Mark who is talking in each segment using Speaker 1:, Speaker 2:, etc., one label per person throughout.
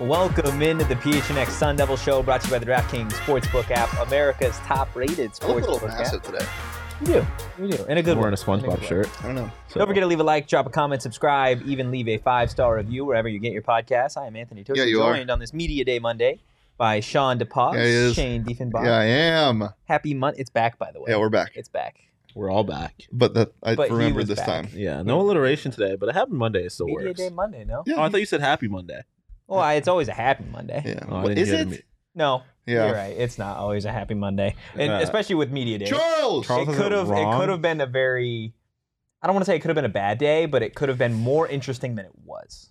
Speaker 1: Welcome into the PHNX Sun Devil Show, brought to you by the DraftKings Sportsbook app, America's top-rated
Speaker 2: I look a little
Speaker 1: sportsbook app.
Speaker 2: massive today.
Speaker 1: We do, we do, and a good one.
Speaker 3: wearing a
Speaker 1: And
Speaker 3: SpongeBob
Speaker 1: good one.
Speaker 3: shirt.
Speaker 2: I don't know.
Speaker 3: So.
Speaker 1: Don't forget to leave a like, drop a comment, subscribe, even leave a five-star review wherever you get your podcast. I am Anthony Tosi,
Speaker 2: Yeah, you are.
Speaker 1: joined on this Media Day Monday by Sean DePaz,
Speaker 2: Yeah, he is.
Speaker 1: Shane Diefenbach.
Speaker 2: Yeah, I am.
Speaker 1: Happy month! It's back, by the way.
Speaker 2: Yeah, we're back.
Speaker 1: it's back.
Speaker 3: We're all back.
Speaker 2: But that I
Speaker 1: But he was
Speaker 2: remembered this
Speaker 1: back.
Speaker 2: time.
Speaker 3: Yeah, no alliteration today, but it happened Monday. It still
Speaker 1: Media
Speaker 3: works.
Speaker 1: Day Monday, no?
Speaker 2: Yeah.
Speaker 3: Oh, I thought you said Happy Monday.
Speaker 1: Well, I- it's always a happy Monday.
Speaker 2: Yeah.
Speaker 3: Oh, I
Speaker 2: What-
Speaker 3: didn't
Speaker 2: is
Speaker 3: hear
Speaker 2: it?
Speaker 3: the me-
Speaker 1: No, you're
Speaker 2: Yeah.
Speaker 1: right. It's not always a happy Monday, and
Speaker 3: Uh,
Speaker 1: especially with Media Day.
Speaker 2: Charles.
Speaker 3: Charles-
Speaker 1: it
Speaker 3: isn't
Speaker 1: could have it
Speaker 3: wrong.
Speaker 1: could have been a very I don't want to say it could have been a bad day, but it could have been more interesting than it was.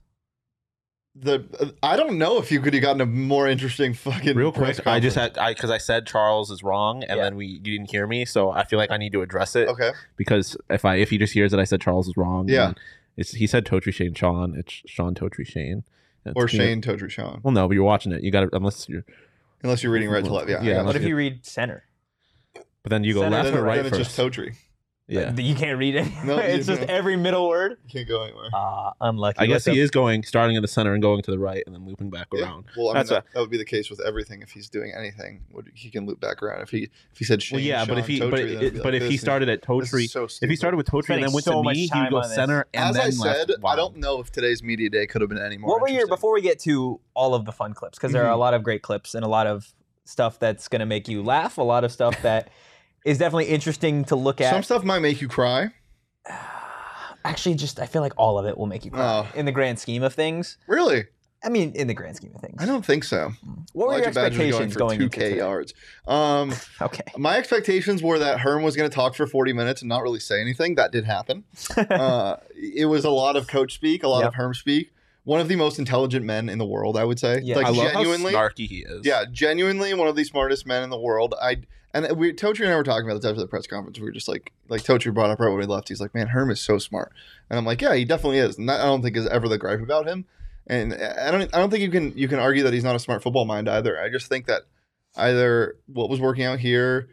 Speaker 2: The I don't know if you could have gotten a more interesting fucking
Speaker 3: Real
Speaker 2: press
Speaker 3: quick, I just
Speaker 2: conference.
Speaker 3: had I because I said Charles is wrong, and
Speaker 1: Yeah.
Speaker 3: then we you didn't hear me, so I feel like I need to address it
Speaker 2: okay.
Speaker 3: because if I if he just hears that I said Charles is wrong,
Speaker 2: Yeah.
Speaker 3: then it's he said Totri Shane Sean, it's Sean Totri Shane and it's
Speaker 2: Or
Speaker 3: peanut-
Speaker 2: Shane Todrick Sean,
Speaker 3: Well, no, but you're watching it. You got to unless you're,
Speaker 2: unless you're reading Red to Left. Yeah,
Speaker 3: Yeah,
Speaker 2: yeah.
Speaker 3: unless
Speaker 1: What if
Speaker 3: you-
Speaker 1: you read center?
Speaker 3: but then you go
Speaker 1: Said it.
Speaker 3: left
Speaker 2: then,
Speaker 3: or right
Speaker 2: then it's
Speaker 3: first.
Speaker 2: just Todrick.
Speaker 3: yeah,
Speaker 1: You can't read it.
Speaker 2: No,
Speaker 1: it's
Speaker 2: you
Speaker 1: just
Speaker 2: can't.
Speaker 1: every middle word.
Speaker 2: You can't go anywhere.
Speaker 1: Ah, unlucky.
Speaker 3: I guess
Speaker 1: What's
Speaker 3: he is going starting in the center and going to the right and then looping back
Speaker 2: Yeah.
Speaker 3: around.
Speaker 2: Well, I mean,
Speaker 3: That's
Speaker 2: that, that would be the case with everything. If he's doing anything, would, he can loop back around. If he if he said Shane,
Speaker 3: Well, yeah, but
Speaker 2: Sean,
Speaker 3: if he
Speaker 2: Totri,
Speaker 3: but,
Speaker 2: then I'd
Speaker 3: it,
Speaker 2: be
Speaker 3: but
Speaker 2: like,
Speaker 3: if
Speaker 2: this
Speaker 3: he
Speaker 2: is-
Speaker 3: started at
Speaker 2: this is
Speaker 3: Totri,
Speaker 2: so
Speaker 3: if he
Speaker 2: stupid.
Speaker 3: started with Totri and
Speaker 1: Spending
Speaker 3: then went
Speaker 1: so
Speaker 3: to
Speaker 1: much
Speaker 3: me, he
Speaker 1: time
Speaker 3: would go
Speaker 1: on this.
Speaker 3: center and
Speaker 2: as I
Speaker 3: then left.
Speaker 2: said, I
Speaker 3: Wow.
Speaker 2: don't know if today's media day could have been any more.
Speaker 1: what were your
Speaker 2: interesting. Mm-hmm.
Speaker 1: before we get to all of the fun clips because there are a lot of great clips and a lot of stuff that's going to make you laugh, a lot of stuff that is definitely interesting to look at.
Speaker 2: Some stuff might make you cry.
Speaker 1: Actually, just I feel like all of it will make you cry
Speaker 2: Oh.
Speaker 1: in the grand scheme of things.
Speaker 2: Really,
Speaker 1: I mean, in the grand scheme of things.
Speaker 2: I don't think so.
Speaker 1: What were your
Speaker 2: Elijah Badger's
Speaker 1: expectations going,
Speaker 2: for
Speaker 1: into
Speaker 2: 2K
Speaker 1: today?
Speaker 2: yards? Um,
Speaker 1: Okay.
Speaker 2: my expectations were that Herm was going to talk for 40 minutes and not really say anything. That did happen. uh, it was a lot of coach speak, a lot
Speaker 1: Yep.
Speaker 2: of Herm speak. One of the most intelligent men in the world, I would say.
Speaker 1: Yeah.
Speaker 2: Like
Speaker 3: I love
Speaker 2: genuinely,
Speaker 3: how snarky he is.
Speaker 2: yeah, genuinely one of the smartest men in the world. I and we Totri and I were talking about this after the press conference. We were just like, like Totri brought up right when we left. He's like, man, Herm is so smart, and I'm like, yeah, he definitely is. And that, I don't think is ever the gripe about him. And I don't, I don't think you can you can argue that he's not a smart football mind either. I just think that either what was working out here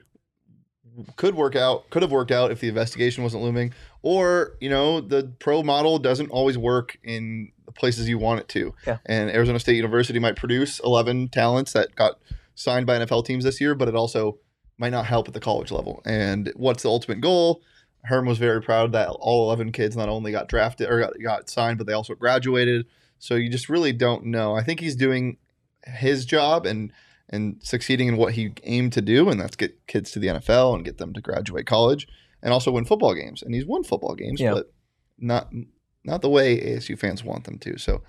Speaker 2: could work out, could have worked out if the investigation wasn't looming, or you know the pro model doesn't always work in the places you want it to and Arizona State University might produce 11 talents that got signed by NFL teams this year, but it also might not help at the college level. And what's the ultimate goal? Herm was very proud that all 11 kids not only got drafted or got, got signed, but they also graduated. So you just really don't know. I think he's doing his job and and succeeding in what he aimed to do, and that's get kids to the NFL and get them to graduate college and also win football games. And he's won football games,
Speaker 1: Yeah.
Speaker 2: but not not the way ASU fans want them to. So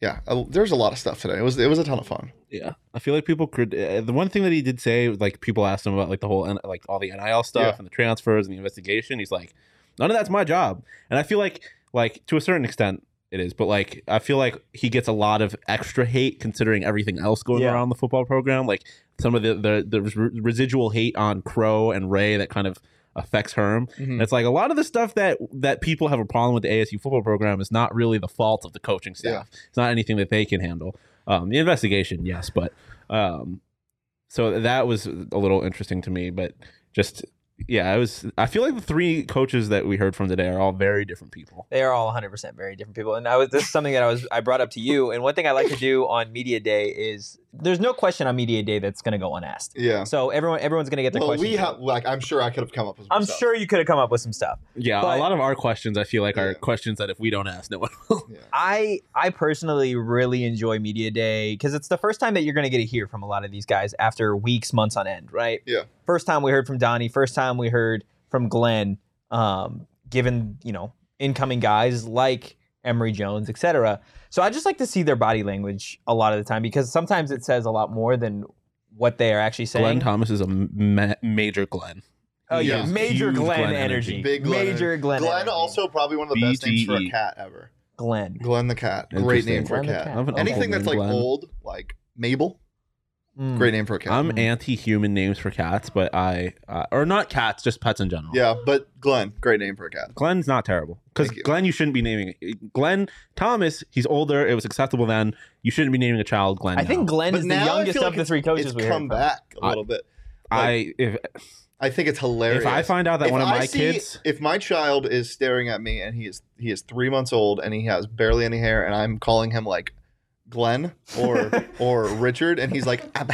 Speaker 2: yeah, I, there's a lot of stuff today. It was it was a ton of fun.
Speaker 3: yeah. I feel like people could. Uh, the one thing that he did say, was, like people asked him about, like the whole, N- like all the NIL
Speaker 2: Yeah.
Speaker 3: stuff and the transfers and the investigation. He's like, none of that's my job, and I feel like, like to a certain extent, it is. But like, I feel like he gets a lot of extra hate considering everything else going
Speaker 1: Yeah.
Speaker 3: around the football program. Like some of the the, the res- residual hate on Crow and Ray that kind of affects Herm.
Speaker 2: Mm-hmm.
Speaker 3: And it's like a lot of the stuff that that people have a problem with the ASU football program is not really the fault of the coaching staff. It's not anything that they can handle. Um, the investigation, yes, but um, so that was a little interesting to me. But just yeah, I was. I feel like the three coaches that we heard from today are all very different people.
Speaker 1: They are all 100% very different people. And I was this is something that I was I brought up to you. And one thing I like to do on media day is there's no question on media day that's going to go unasked.
Speaker 2: Yeah.
Speaker 1: So everyone everyone's going to get their
Speaker 2: Well,
Speaker 1: questions.
Speaker 2: we
Speaker 1: in.
Speaker 2: have like I'm sure I could have come up with.
Speaker 1: I'm
Speaker 2: myself.
Speaker 1: sure you could have come up with some stuff.
Speaker 3: Yeah,
Speaker 1: But-
Speaker 3: a lot of our questions I feel like
Speaker 2: Yeah.
Speaker 3: are questions that if we don't ask, no one will.
Speaker 1: I I personally really enjoy media day because it's the first time that you're going to get to hear from a lot of these guys after weeks, months on end, right?
Speaker 2: Yeah.
Speaker 1: First time we heard from Donnie. First time we heard from Glenn. Um, given you know incoming guys like Emory Jones, etc. So I just like to see their body language a lot of the time because sometimes it says a lot more than what they are actually saying.
Speaker 3: Glenn Thomas is a ma- major Glenn.
Speaker 1: oh
Speaker 2: He
Speaker 1: yeah,
Speaker 2: is
Speaker 1: major
Speaker 3: huge
Speaker 1: Glenn,
Speaker 3: Glenn
Speaker 1: energy.
Speaker 3: energy.
Speaker 2: Big Glenn
Speaker 1: major Glenn.
Speaker 2: Glenn
Speaker 1: energy.
Speaker 2: also probably one of the best names for a
Speaker 3: BGE.
Speaker 2: cat ever.
Speaker 1: Glenn.
Speaker 2: Glenn the cat. Great name for a
Speaker 1: Glenn the cat.
Speaker 2: cat.
Speaker 3: I have an uncle
Speaker 2: Anything that's like
Speaker 3: named Glenn. Hmm.
Speaker 2: old, like Mabel.
Speaker 1: Mm.
Speaker 2: Great name for a cat.
Speaker 3: I'm anti-human names for cats, but I uh, or not cats, just pets in general.
Speaker 2: yeah, but Glenn, great name for a cat.
Speaker 3: Glenn's not terrible because
Speaker 2: Thank you.
Speaker 3: Glenn, you shouldn't be naming Glenn Thomas. He's older. It was acceptable then. You shouldn't be naming a child Glenn.
Speaker 1: I think
Speaker 3: now.
Speaker 1: Glenn
Speaker 2: But
Speaker 1: is the
Speaker 2: now I
Speaker 1: youngest
Speaker 2: feel
Speaker 1: of
Speaker 2: like
Speaker 1: the three coaches
Speaker 2: it's
Speaker 1: we
Speaker 2: come
Speaker 1: heard. from.
Speaker 2: back a
Speaker 3: I-
Speaker 2: little bit.
Speaker 3: I if
Speaker 2: I think it's hilarious.
Speaker 3: if I find out that
Speaker 2: If
Speaker 3: one of
Speaker 2: I
Speaker 3: my
Speaker 2: see-
Speaker 3: kids,
Speaker 2: if my child is staring at me and he is he is three months old and he has barely any hair and I'm calling him like Glenn or or Richard, and he's like, I'm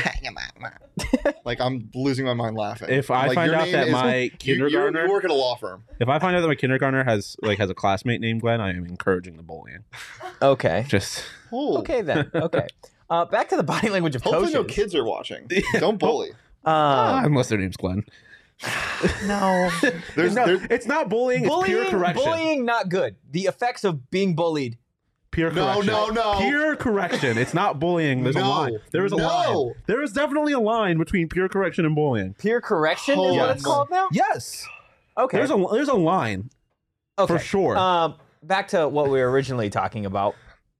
Speaker 2: like I'm losing my mind laughing.
Speaker 3: If
Speaker 2: I'm
Speaker 3: I
Speaker 2: like,
Speaker 3: find
Speaker 2: "Your
Speaker 3: out
Speaker 2: name
Speaker 3: that
Speaker 2: is-
Speaker 3: my
Speaker 2: you, you-
Speaker 3: kindergartner,
Speaker 2: you work at a law firm,
Speaker 3: if I find out that my kindergartner has like has a classmate named Glenn, I am encouraging the bullying.
Speaker 1: Okay.
Speaker 3: Just
Speaker 2: Ooh.
Speaker 1: Okay then. Okay. Uh, back to the body language of
Speaker 2: Hopefully,
Speaker 1: coaches.
Speaker 2: no kids are watching.
Speaker 3: Oh.
Speaker 2: Don't bully.
Speaker 3: ah,
Speaker 1: Um,
Speaker 3: unless their name's Glenn.
Speaker 1: no.
Speaker 2: There's,
Speaker 3: no,
Speaker 2: there's
Speaker 3: it's not bullying. it's pure
Speaker 1: bullying,
Speaker 3: correction.
Speaker 1: bullying, not good. The effects of being bullied.
Speaker 3: Pure
Speaker 2: No,
Speaker 3: correction.
Speaker 2: no, no.
Speaker 3: Pure correction. It's not bullying. There's a
Speaker 2: No.
Speaker 3: line. There is a
Speaker 2: No.
Speaker 3: line. There is definitely a line between pure correction and bullying.
Speaker 1: Peer correction is what
Speaker 2: Holy
Speaker 1: it's called now.
Speaker 3: Yes.
Speaker 1: Okay.
Speaker 3: There's a there's a line
Speaker 1: okay.
Speaker 3: for sure.
Speaker 1: Um, back to what we were originally talking about.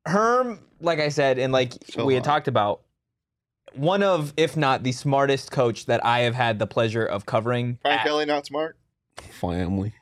Speaker 1: Herm, like I said, and like
Speaker 2: So
Speaker 1: we had
Speaker 2: hot.
Speaker 1: talked about, one of, if not the smartest coach that I have had the pleasure of covering.
Speaker 2: Brian
Speaker 1: at-
Speaker 2: Kelly not smart.
Speaker 3: Family.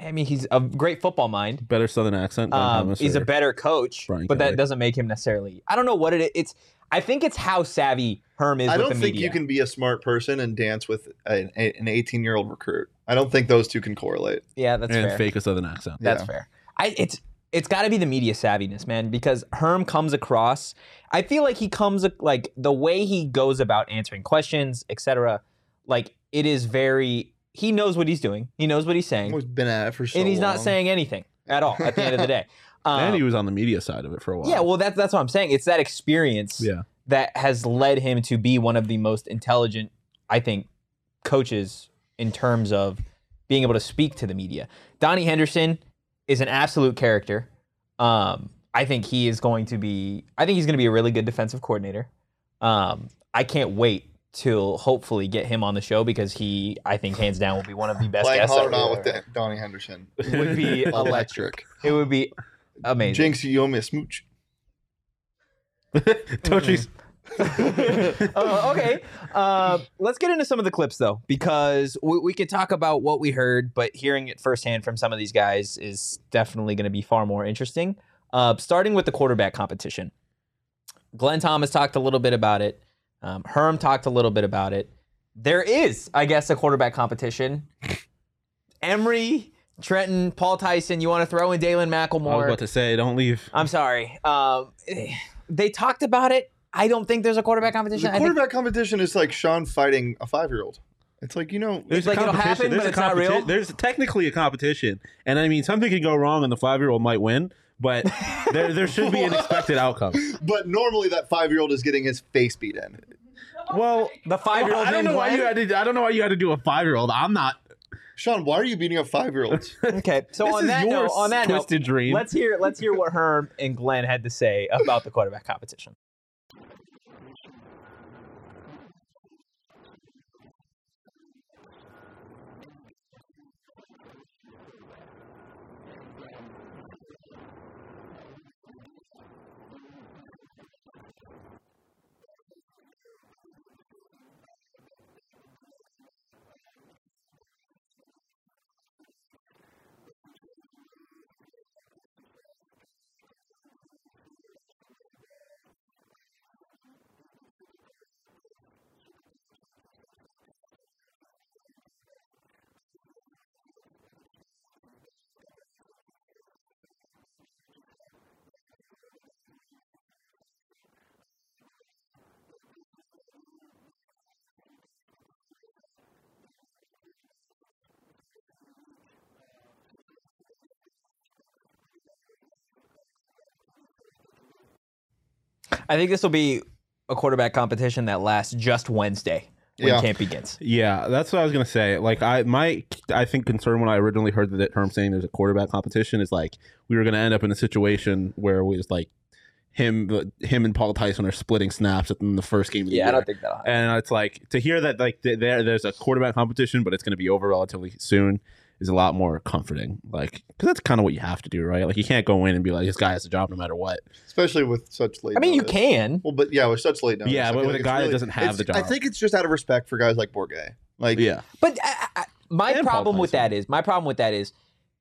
Speaker 1: I mean, he's a great football mind.
Speaker 3: Better Southern accent. Glenn
Speaker 1: Um,
Speaker 3: Thomas
Speaker 1: he's a
Speaker 3: or-
Speaker 1: better coach,
Speaker 3: Brian
Speaker 1: but
Speaker 3: Kelly.
Speaker 1: that doesn't make him necessarily. I don't know what it is. It's. I think it's how savvy Herm is
Speaker 2: I
Speaker 1: with
Speaker 2: don't
Speaker 1: the
Speaker 2: think
Speaker 1: media.
Speaker 2: you can be a smart person and dance with an an 18 year old recruit. I don't think those two can correlate.
Speaker 1: yeah, that's
Speaker 3: and
Speaker 1: fair.
Speaker 3: fake a Southern accent.
Speaker 1: That's
Speaker 2: Yeah.
Speaker 1: fair. I it's it's got to be the media savviness, man, because Herm comes across. I feel like he comes ac- like the way he goes about answering questions, etc. Like it is very. He knows what he's doing. He knows what he's saying,
Speaker 2: He's been at it for so
Speaker 1: and he's not
Speaker 2: long.
Speaker 1: saying anything at all at the end of the day. Um,
Speaker 3: and he was on the media side of it for a while.
Speaker 1: yeah, well, that's that's what I'm saying. It's that experience
Speaker 3: Yeah.
Speaker 1: that has led him to be one of the most intelligent, I think, coaches in terms of being able to speak to the media. Donnie Henderson is an absolute character. Um, I think he is going to be. I think he's going to be a really good defensive coordinator. Um, I can't wait to hopefully get him on the show because he, I think, hands down, will be one of the best
Speaker 2: Playing
Speaker 1: guests.
Speaker 2: hard or
Speaker 1: that
Speaker 2: not with Dan- Donnie Henderson.
Speaker 1: would be electric.
Speaker 2: Electric.
Speaker 1: It would be amazing.
Speaker 2: Jinx, you owe me a smooch.
Speaker 1: Mm.
Speaker 3: Tochi's
Speaker 1: Oh, okay. Uh, let's get into some of the clips though, because we, we could talk about what we heard, but hearing it firsthand from some of these guys is definitely going to be far more interesting. Uh, starting with the quarterback competition, Glenn Thomas talked a little bit about it. Um, Herm talked a little bit about it. There is, I guess, a quarterback competition. Emery, Trenton, Paul Tyson. You want to throw in Dalen
Speaker 3: I was
Speaker 1: Macklemore?
Speaker 3: about to say, don't leave.
Speaker 1: I'm sorry. Um, they talked about it. I don't think there's a quarterback competition.
Speaker 2: The
Speaker 1: I think
Speaker 2: quarterback competition is like Sean fighting a five year old. It's like you know.
Speaker 3: There's
Speaker 1: like
Speaker 3: a
Speaker 1: it'll
Speaker 3: competition.
Speaker 1: happen,
Speaker 3: There's
Speaker 1: but
Speaker 3: a
Speaker 1: it's not
Speaker 3: competi-
Speaker 1: real?
Speaker 3: There's technically a competition, and I mean something can go wrong, and the five year old might win, but there there should be an expected outcome.
Speaker 2: But normally that five year old is getting his face beat in.
Speaker 3: Well,
Speaker 1: the five year old.
Speaker 3: I don't know why you had to. I don't know why you had to do a five year old. I'm not.
Speaker 2: Sean, why are you beating up five year olds?
Speaker 1: Okay, so
Speaker 3: This
Speaker 1: on
Speaker 3: is
Speaker 1: that
Speaker 3: your
Speaker 1: note, on that note,
Speaker 3: twisted dream.
Speaker 1: let's hear let's hear what Herm and Glenn had to say about the quarterback competition. I think this will be a quarterback competition that lasts just Wednesday when
Speaker 2: Yeah.
Speaker 1: camp begins.
Speaker 3: Yeah, that's what I was gonna say. Like, I my I think concern when I originally heard the term saying there's a quarterback competition is like we were gonna end up in a situation where we was like him him and Paul Tyson are splitting snaps in the first game. Of the year.
Speaker 1: think that'll happen.
Speaker 3: and it's like to hear that like th- there there's a quarterback competition, but it's going to be over relatively soon is a lot more comforting. Like because that's kind of what you have to do, right? Like you can't go in and be like this guy has a job no matter what.
Speaker 2: Especially with such late.
Speaker 1: I mean, you
Speaker 2: notice.
Speaker 1: can.
Speaker 2: Well, but yeah, with such late notice.
Speaker 3: Yeah,
Speaker 2: I
Speaker 3: but
Speaker 2: feel
Speaker 3: with a
Speaker 2: it's
Speaker 3: guy that doesn't have
Speaker 2: it's-
Speaker 3: the job.
Speaker 2: I think it's just out of respect for guys like Borgay. Like,
Speaker 3: Yeah,
Speaker 1: But I, I, I- my
Speaker 3: And Paul
Speaker 1: problem with
Speaker 3: Tyson.
Speaker 1: that is my problem with that is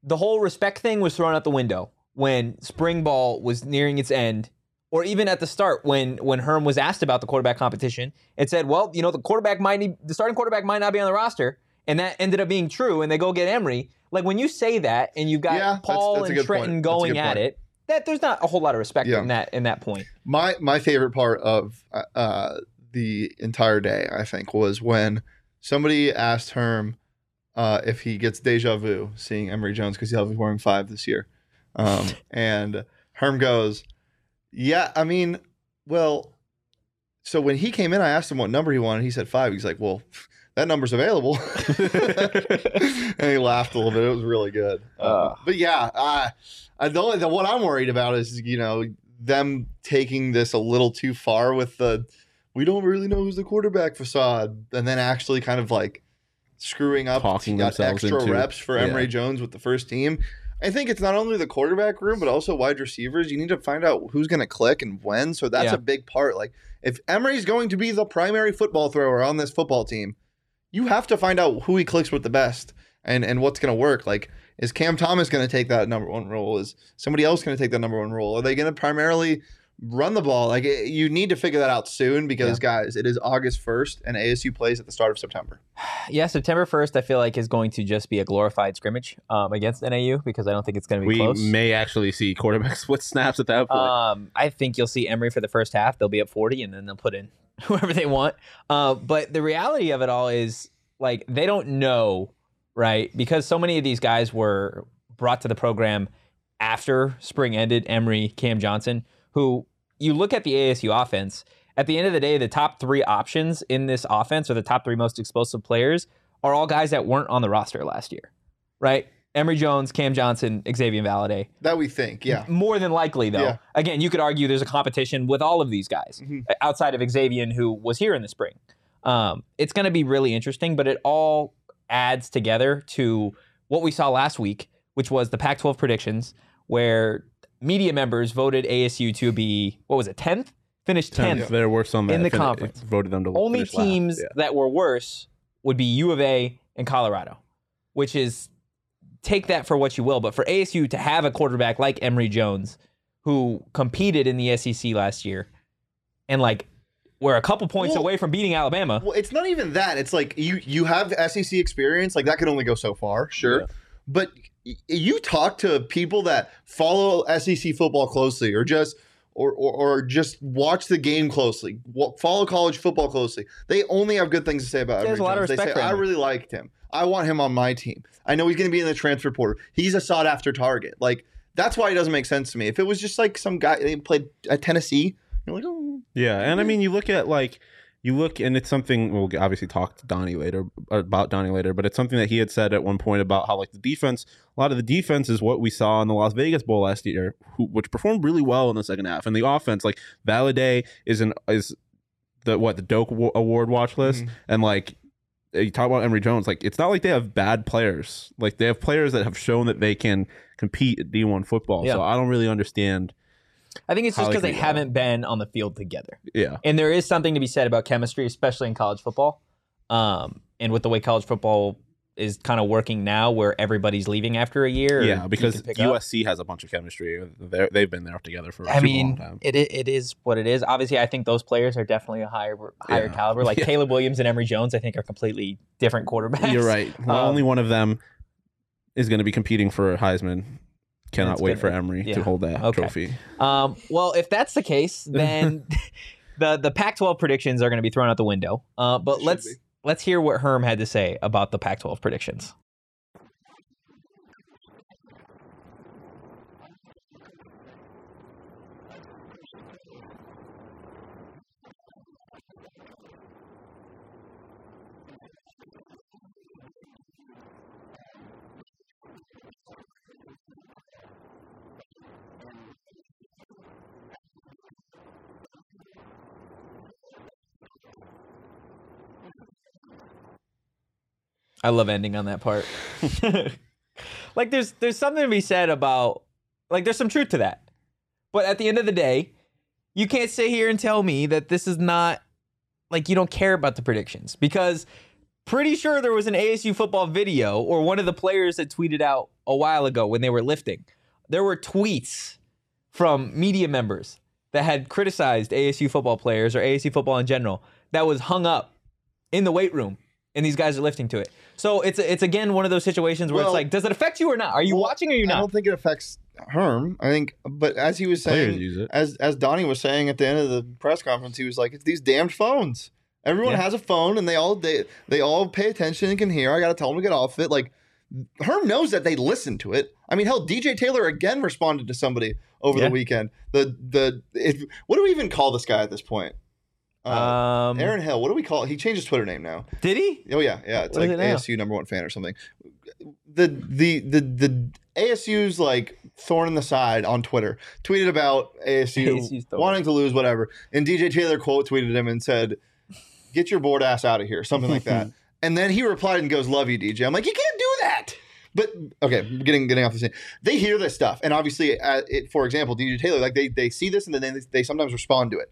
Speaker 1: the whole respect thing was thrown out the window when spring ball was nearing its end, or even at the start when when Herm was asked about the quarterback competition and said, "Well, you know, the quarterback might need the starting quarterback might not be on the roster," and that ended up being true, and they go get Emery. Like when you say that and you've got
Speaker 2: Yeah, that's-
Speaker 1: Paul
Speaker 2: that's a
Speaker 1: and
Speaker 2: good point.
Speaker 1: Trenton
Speaker 2: That's a
Speaker 1: going
Speaker 2: good
Speaker 1: at
Speaker 2: point.
Speaker 1: it, that there's not a whole lot of respect
Speaker 2: Yeah.
Speaker 1: in that in that point.
Speaker 2: My my favorite part of uh, uh, the entire day, I think, was when somebody asked Herm uh, if he gets deja vu seeing Emory Jones because he'll be wearing five this year, um, and Herm goes, "Yeah, I mean, well." So when he came in, I asked him what number he wanted. He said five. He's like, "Well, that number's available," and he laughed a little bit. It was really good.
Speaker 1: Uh.
Speaker 2: but yeah, uh, I, the only the, what I'm worried about is you know them taking this a little too far with the we don't really know who's the quarterback facade, and then actually kind of like screwing up
Speaker 3: Talking
Speaker 2: got
Speaker 3: themselves
Speaker 2: extra
Speaker 3: into-
Speaker 2: reps for
Speaker 3: yeah.
Speaker 2: Emory Jones with the first team. I think it's not only the quarterback room, but also wide receivers. You need to find out who's going to click and when. So that's
Speaker 1: Yeah.
Speaker 2: a big part. Like if Emery's going to be the primary football thrower on this football team, you have to find out who he clicks with the best and and what's going to work. Like is Cam Thomas going to take that number one role? Is somebody else going to take that number one role? Are they going to primarily run the ball? Like it, you need to figure that out soon because guys, it is August first and ASU plays at the start of September.
Speaker 1: Yeah, September first, I feel like is going to just be a glorified scrimmage um, against NAU because I don't think it's going to be
Speaker 3: we
Speaker 1: close.
Speaker 3: may actually see quarterback split snaps at that point.
Speaker 1: Um, I think you'll see Emory for the first half. They'll be up 40, and then they'll put in whoever they want. Uh, but the reality of it all is, like, they don't know, right? Because so many of these guys were brought to the program after spring ended. Emory, Cam Johnson, who you look at the ASU offense. At the end of the day, the top three options in this offense, or the top three most explosive players, are all guys that weren't on the roster last year, right? Emory Jones, Cam Johnson, Xavier Valade.
Speaker 2: That we think, yeah.
Speaker 1: More than likely, though.
Speaker 2: Yeah.
Speaker 1: Again, you could argue there's a competition with all of these guys
Speaker 2: Mhm.
Speaker 1: uh, outside of Xavier, who was here in the spring. Um, it's going to be really interesting, but it all adds together to what we saw last week, which was the Pac 12 predictions, where media members voted ASU to be, what was it, 10th? Finished 10th.
Speaker 3: Tenth, there were some that
Speaker 1: In the
Speaker 3: fin-
Speaker 1: conference.
Speaker 3: voted them to
Speaker 1: Only
Speaker 3: finish last.
Speaker 1: teams
Speaker 3: Yeah.
Speaker 1: that were worse would be U of A and Colorado, which is take that for what you will. But for ASU to have a quarterback like Emory Jones, who competed in the SEC last year, and like we're a couple points
Speaker 2: Well-
Speaker 1: away from beating Alabama.
Speaker 2: Well, it's not even that. It's like you you have SEC experience, like that could only go so far, sure.
Speaker 3: Yeah.
Speaker 2: But y- you talk to people that follow SEC football closely, or just or or, or just watch the game closely, wa- follow college football closely. They only have good things to say about.
Speaker 1: There's
Speaker 2: Emory
Speaker 1: a lot of
Speaker 2: Jones.
Speaker 1: respect
Speaker 2: They
Speaker 1: for
Speaker 2: say, I
Speaker 1: Emory."
Speaker 2: really liked him. I want him on my team. I know he's going to be in the transfer portal. He's a sought after target. Like that's why it doesn't make sense to me. If it was just like some guy they played at Tennessee, you're like, oh,
Speaker 3: Yeah, and I mean, you look at like you look, and it's something we'll obviously talk to Donnie later uh, about Donnie later, but it's something that he had said at one point about how like the defense, a lot of the defense is what we saw in the Las Vegas Bowl last year, who, which performed really well in the second half, and the offense, like Valade, is an is the what the Doak Wa- Award watch list, and like. uh, You talk about Emory Jones, like it's not like they have bad players. Like they have players that have shown that they can compete at D one football.
Speaker 1: Yeah.
Speaker 3: So I don't really understand.
Speaker 1: I think it's just
Speaker 3: highly
Speaker 1: because they
Speaker 3: critical.
Speaker 1: haven't been on the field together.
Speaker 3: Yeah,
Speaker 1: And there is something to be said about chemistry, especially in college football. Um, and with the way college football is kind of working now, where everybody's leaving after a year.
Speaker 3: Yeah,
Speaker 1: you
Speaker 3: because
Speaker 1: can pick up.
Speaker 3: USC has a bunch of chemistry. They're, they've been there together for a
Speaker 1: I
Speaker 3: super
Speaker 1: mean,
Speaker 3: long time.
Speaker 1: it, i- it is what it is. Obviously, I think those players are definitely a higher higher
Speaker 3: Yeah.
Speaker 1: caliber. Like
Speaker 3: Yeah.
Speaker 1: Caleb Williams and Emory Jones, I think are completely different quarterbacks.
Speaker 3: You're right. Well,
Speaker 1: Um,
Speaker 3: only one of them is going to be competing for Heisman. Cannot
Speaker 1: That's
Speaker 3: wait
Speaker 1: good.
Speaker 3: for Emory
Speaker 1: Yeah.
Speaker 3: to hold that
Speaker 1: Okay.
Speaker 3: trophy.
Speaker 1: Um, well, if that's the case, then the the Pac-12 predictions are going to be thrown out the window. Uh, but
Speaker 2: Should
Speaker 1: let's
Speaker 2: be.
Speaker 1: let's hear what Herm had to say about the Pac-12 predictions. I love ending on that part. like there's there's something to be said about like there's some truth to that. But at the end of the day, you can't sit here and tell me that this is not like you don't care about the predictions because pretty sure there was an ASU football video or one of the players that tweeted out a while ago when they were lifting. There were tweets from media members that had criticized ASU football players or ASU football in general that was hung up in the weight room and these guys are lifting to it. So it's it's again one of those situations where
Speaker 2: Well-
Speaker 1: it's like does it affect you or not? Are you
Speaker 2: Well,
Speaker 1: watching or you're
Speaker 2: I
Speaker 1: not?
Speaker 2: don't think it affects Herm. I think, but as he was
Speaker 3: Players
Speaker 2: saying,
Speaker 3: use it.
Speaker 2: as as Donnie was saying at the end of the press conference, he was like, "It's these damned phones. Everyone
Speaker 1: Yeah.
Speaker 2: has a phone, and they all they they all pay attention and can hear. I got to tell them to get off it." Like Herm knows that they listen to it. I mean, hell, DJ Taylor again responded to somebody over
Speaker 1: Yeah.
Speaker 2: the weekend. The the if, what do we even call this guy at this point? Uh,
Speaker 1: Um,
Speaker 2: Aaron Hill. What do we call? He changed his Twitter name now.
Speaker 1: did he?
Speaker 2: Oh yeah, yeah. It's
Speaker 1: What is
Speaker 2: like
Speaker 1: it now?
Speaker 2: ASU number one fan or something. The the the the ASU's like thorn in the side on Twitter tweeted about ASU
Speaker 1: ASU's thorn.
Speaker 2: wanting to lose whatever, and DJ Taylor quote tweeted him and said, "Get your bored ass out of here," something like that. and then he replied and goes, "Love you, DJ." I'm like, you can't do that. But okay, getting getting off the scene. They hear this stuff, and obviously, uh, it, for example, DJ Taylor, like they they see this, and then they, they sometimes respond to it.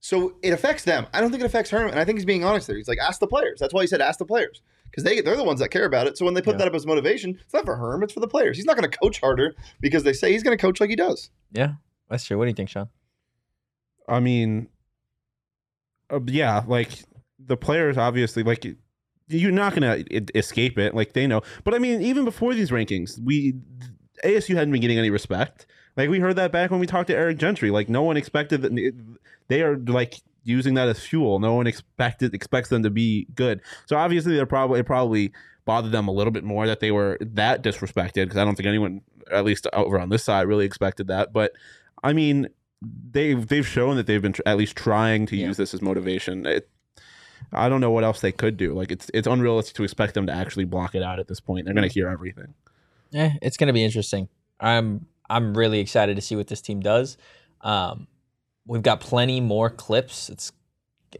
Speaker 2: So it affects them. I don't think it affects Herm, and I think he's being honest there. He's like, ask the players. That's why he said ask the players because they they're the ones that care about it. So when they put
Speaker 1: Yeah.
Speaker 2: that up as motivation, it's not for Herm, it's for the players. He's not going to coach harder because they say he's going to coach like he does.
Speaker 1: Yeah, that's true. What do you think, Sean?
Speaker 3: I mean, uh, yeah, like the players obviously like y- you're not gonna e- escape it. Like they know, but I mean, even before these rankings, we ASU hadn't been getting any respect. Like we heard that back when we talked to Eric Gentry. Like no one expected that it- they are like using that as fuel. No one expected expects them to be good. So obviously they're probably it probably bothered them a little bit more that they were that disrespected because I don't think anyone, at least over on this side, really expected that. But I mean, they've they've shown that they've been tr- at least trying to
Speaker 1: Yeah.
Speaker 3: use this as motivation. It, I don't know what else they could do. Like it's it's unrealistic to expect them to actually block it out at this point. They're going to hear everything.
Speaker 1: Yeah, Eh, it's gonna be interesting. I'm I'm really excited to see what this team does. Um, we've got plenty more clips. It's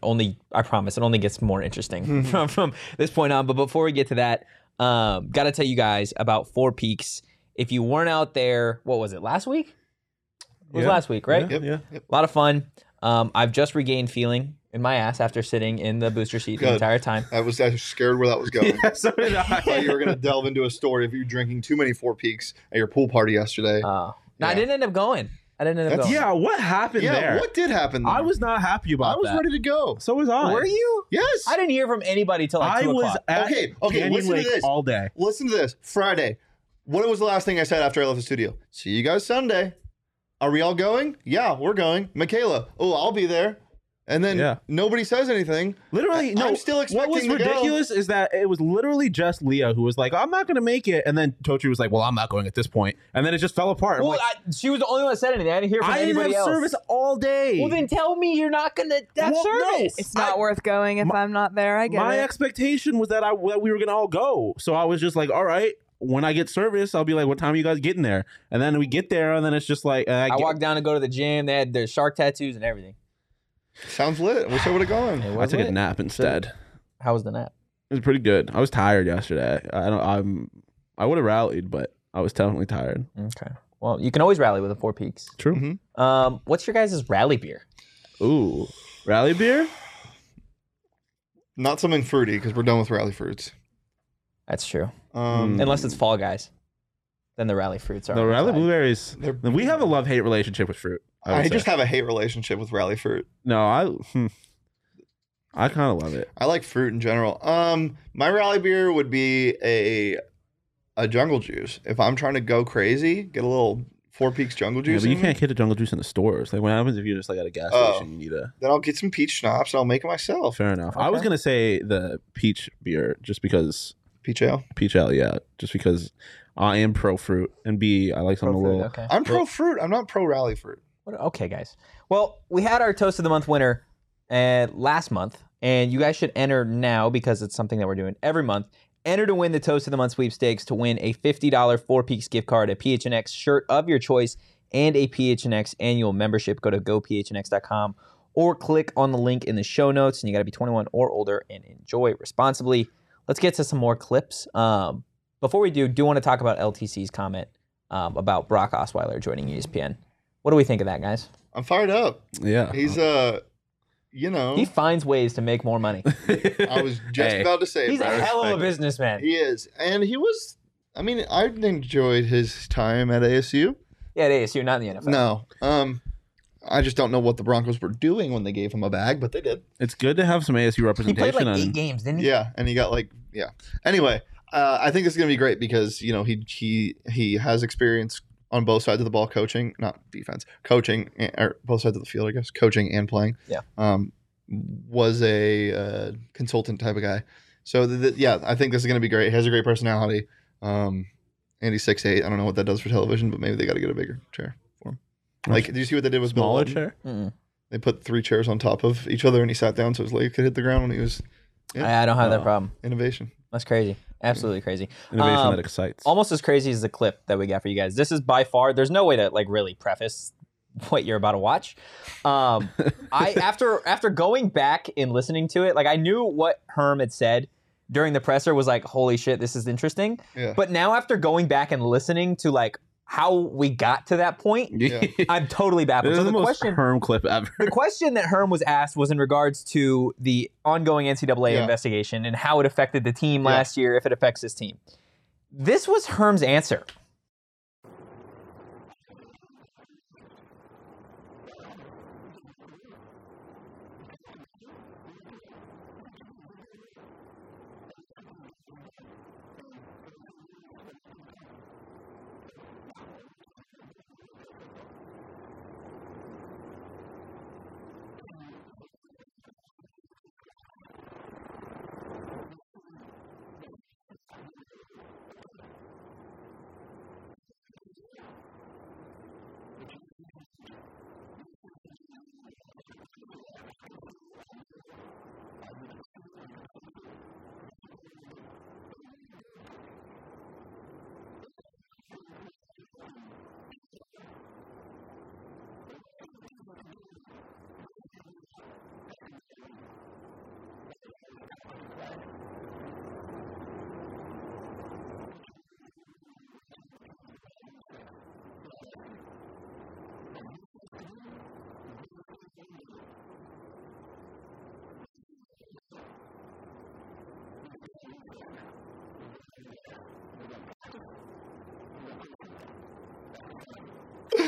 Speaker 1: only I promise it only gets more
Speaker 2: Hmm.
Speaker 1: interesting from, from this point on. But before we get to that, um, gotta tell you guys about Four Peaks. If you weren't out there, what was it last week? It was
Speaker 3: Yeah.
Speaker 1: last week, right?
Speaker 3: Yeah,
Speaker 2: Yep.
Speaker 3: yeah.
Speaker 1: A lot of fun. Um, I've just regained feeling in my ass after sitting in the booster seat the
Speaker 2: Good.
Speaker 1: entire time.
Speaker 2: I was I was scared where that was going.
Speaker 3: Yeah, so did
Speaker 2: I thought you were going to delve into a story of you drinking too many Four Peaks at your pool party yesterday.
Speaker 1: Uh, no, I
Speaker 2: Yeah.
Speaker 1: didn't end up going. I didn't end up
Speaker 2: That's-
Speaker 1: going.
Speaker 3: yeah, what happened
Speaker 2: yeah,
Speaker 3: there?
Speaker 2: what did happen?
Speaker 3: I
Speaker 2: there?
Speaker 3: was not happy about
Speaker 2: I was
Speaker 3: that.
Speaker 2: ready to go.
Speaker 3: So was I.
Speaker 1: Were you?
Speaker 2: Yes.
Speaker 1: I didn't hear from anybody till like
Speaker 3: I
Speaker 1: two
Speaker 3: was
Speaker 1: o'clock.
Speaker 3: at
Speaker 2: Okay, okay,
Speaker 3: Canyon
Speaker 2: listen to
Speaker 3: Lake
Speaker 2: this.
Speaker 3: all day.
Speaker 2: Listen to this. Friday. What was the last thing I said after I left the studio? See you guys Sunday. Are we all going? Yeah, we're going. Michaela. Oh, I'll be there. And then
Speaker 3: Yeah.
Speaker 2: nobody says anything.
Speaker 3: Literally,
Speaker 2: I-
Speaker 3: no.
Speaker 2: I'm still
Speaker 3: what was
Speaker 2: expecting to go.
Speaker 3: ridiculous is that it was literally just Leah who was like, "I'm not going to make it," and then Tochi was like, "Well, I'm not going at this point," and then it just fell apart. I'm
Speaker 1: Well,
Speaker 3: like,
Speaker 1: I, she was the only one that said anything. I didn't hear from
Speaker 3: I didn't
Speaker 1: anybody
Speaker 3: have
Speaker 1: else.
Speaker 3: service all day.
Speaker 1: Well, then tell me you're not gonna that
Speaker 3: Well, no,
Speaker 1: service.
Speaker 3: it's
Speaker 4: It's not
Speaker 3: I-
Speaker 4: worth going if I'm not there. I get
Speaker 3: my
Speaker 4: it.
Speaker 3: expectation was that I that we were gonna all go. So I was just like, all right, when I get service, I'll be like, what time are you guys getting there? And then we get there, and then it's just like, uh,
Speaker 1: I,
Speaker 3: get-
Speaker 1: walked down to go to the gym. They had their shark tattoos and everything.
Speaker 2: Sounds lit. Wish I would have gone.
Speaker 1: It
Speaker 3: I
Speaker 1: was
Speaker 3: took a
Speaker 1: lit.
Speaker 3: nap instead.
Speaker 1: How was the nap?
Speaker 3: It was pretty good. I was tired yesterday. I don't. I'm. I would have rallied, but I was definitely tired.
Speaker 1: Okay. Well, you can always rally with the Four Peaks.
Speaker 3: True.
Speaker 2: Mhm.
Speaker 1: Um, what's your guys' rally beer?
Speaker 2: Mm-hmm.
Speaker 3: Ooh, rally beer.
Speaker 2: Not something fruity because we're done with rally fruits.
Speaker 1: That's true.
Speaker 2: Um,
Speaker 3: Mm.
Speaker 1: Unless it's Fall Guys, then the rally fruits are.
Speaker 3: The
Speaker 1: on our
Speaker 3: rally
Speaker 1: side.
Speaker 3: blueberries.
Speaker 2: They're-
Speaker 3: We have a love hate relationship with fruit. I,
Speaker 2: I,
Speaker 3: would say.
Speaker 2: just have a hate relationship with rally fruit.
Speaker 3: no. I. Hmm, I kind of love it.
Speaker 2: I like fruit in general. Um, my rally beer would be a a jungle juice. If I'm trying to go crazy, get a little Four Peaks jungle
Speaker 3: Yeah,
Speaker 2: juice.
Speaker 3: but you
Speaker 2: in me.
Speaker 3: can't get a jungle juice in the stores. Like, what happens if you're just like at a gas
Speaker 2: Oh.
Speaker 3: station? You need a
Speaker 2: Then I'll get some peach schnapps and I'll make it myself.
Speaker 3: Fair enough. I was
Speaker 1: Okay.
Speaker 3: gonna say the peach beer just because
Speaker 2: Peach ale.
Speaker 3: peach ale, yeah, just because I am pro fruit and B, I like something
Speaker 1: Pro
Speaker 3: a
Speaker 1: food,
Speaker 3: little.
Speaker 1: Okay.
Speaker 2: I'm pro fruit. I'm not pro rally fruit.
Speaker 1: What, okay, guys. Well, we had our toast of the month winner uh, last month, and you guys should enter now because it's something that we're doing every month. Enter to win the toast of the month sweepstakes to win a $50 Four Peaks gift card, a PHNX shirt of your choice, and a PHNX annual membership. Go to gophnx.com or click on the link in the show notes, and you got to be 21 or older and enjoy responsibly. Let's get to some more clips. Um, before we do, do want to talk about LTC's comment um, about Brock Osweiler joining E ESPN. What do we think of that, guys?
Speaker 2: I'm fired up.
Speaker 3: Yeah,
Speaker 2: He's uh, you know,
Speaker 1: He finds ways to make more money.
Speaker 2: I was just
Speaker 3: Hey.
Speaker 2: about to say.
Speaker 1: He's a
Speaker 2: bro.
Speaker 1: hell of a businessman.
Speaker 2: He is, and he was. I mean, I enjoyed his time at ASU.
Speaker 1: Yeah, it is. You're not in the NFL.
Speaker 2: No, um, I just don't know what the Broncos were doing when they gave him a bag, but they did.
Speaker 3: it's good to have some ASU
Speaker 1: He played
Speaker 3: representation.
Speaker 1: like
Speaker 3: on,
Speaker 1: eight games, didn't he?
Speaker 2: Yeah, and he got like yeah. Anyway, uh, I think it's gonna be great because you know he he he has experience on both sides of the ball, coaching, not defense, coaching, and- or both sides of the field, I guess, coaching and playing.
Speaker 1: Yeah.
Speaker 2: Um, was a uh, consultant type of guy. So th- th- yeah, I think this is going to be great. He has a great personality. Um, and he's six eight. I don't know what that does for television, but maybe they got to get a bigger chair for him. Like, did you see what they did with Bill
Speaker 3: smaller
Speaker 2: Walton?
Speaker 3: chair.
Speaker 1: Mm-mm.
Speaker 2: They put three chairs on top of each other, and he sat down so his leg could hit the ground when he was Yeah.
Speaker 1: I, I don't have that
Speaker 3: Oh.
Speaker 1: problem.
Speaker 2: innovation.
Speaker 1: That's crazy. Absolutely crazy.
Speaker 3: Innovation
Speaker 1: Um,
Speaker 3: that excites.
Speaker 1: Almost as crazy as the clip that we got for you guys. This is by far. There's no way to like really preface what you're about to watch. Um, I after after going back and listening to it, like I knew what Herm had said during the presser was like, "Holy shit, this is interesting."
Speaker 2: Yeah.
Speaker 1: But now after going back and listening to like how we got to that point,
Speaker 2: Yeah.
Speaker 1: I'm totally baffled.
Speaker 3: this
Speaker 1: So
Speaker 3: is the
Speaker 1: the
Speaker 3: most
Speaker 1: question
Speaker 3: perm clip ever.
Speaker 1: the question that Herm was asked was in regards to the ongoing NCAA
Speaker 2: Yeah.
Speaker 1: investigation and how it affected the team
Speaker 2: Yeah.
Speaker 1: last year, if it affects this team. This was Herm's answer.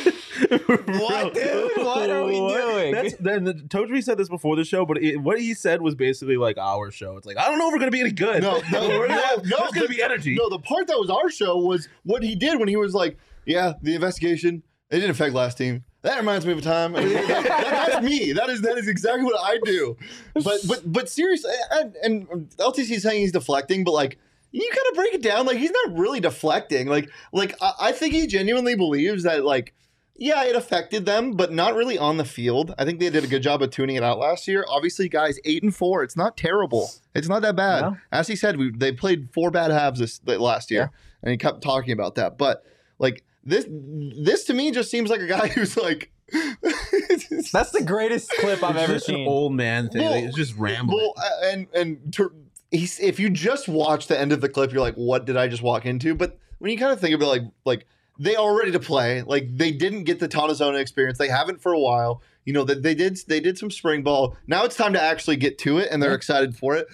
Speaker 1: What, dude? What are we doing?
Speaker 3: That's, then the, Tojiri said this before the show, but it, what he said was basically like our show. It's like I don't know if we're gonna be any good.
Speaker 2: No, no,
Speaker 3: we're
Speaker 2: no,
Speaker 3: not.
Speaker 2: no,
Speaker 3: There's gonna
Speaker 2: the-
Speaker 3: be energy.
Speaker 2: No, the part that was our show was what he did when he was like, "Yeah, the investigation it didn't affect last team." That reminds me of a time. That- that's me. That is that is exactly what I do. But but but seriously, and, and LTC saying he's deflecting, but like you gotta break it down. Like he's not really deflecting. Like like I, I think he genuinely believes that like. Yeah, it affected them, but not really on the field. I think they did a good job of tuning it out last year. Obviously, guys, eight and four, it's not terrible. It's not that bad.
Speaker 1: No.
Speaker 2: As he said, we they played four bad halves this th- last year, and he kept talking about that. But like this, this to me just seems like a guy who's like,
Speaker 1: That's the greatest clip I've
Speaker 3: It's
Speaker 1: ever
Speaker 3: just an
Speaker 1: seen.
Speaker 3: old man thing. Like, it's just rambling.
Speaker 2: Well, uh, and and to, he's if you just watch the end of the clip, you're like, what did I just walk into? But when you kind of think about it, like like they are ready to play, like they didn't get the Tonazona experience, they haven't for a while. You know that they did they did some spring ball. Now it's time to actually get to it, and they're excited for it.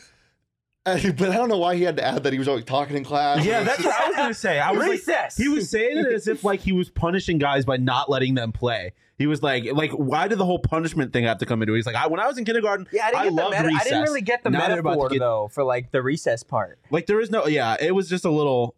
Speaker 2: Uh, but I don't know why he had to add that he was always talking in class.
Speaker 3: yeah, that's what I was gonna say. I was like,
Speaker 1: Recess.
Speaker 3: He was saying it as if like he was punishing guys by not letting them play. He was like, like, why did the whole punishment thing have to come into it? He's like, I when I was in kindergarten,
Speaker 1: yeah, I didn't,
Speaker 3: I
Speaker 1: get the
Speaker 3: loved
Speaker 1: meta- I didn't
Speaker 3: recess.
Speaker 1: really get the
Speaker 3: Now they're about to
Speaker 1: metaphor
Speaker 3: get-
Speaker 1: though for like the recess part.
Speaker 3: like there is no, yeah, it was just a little.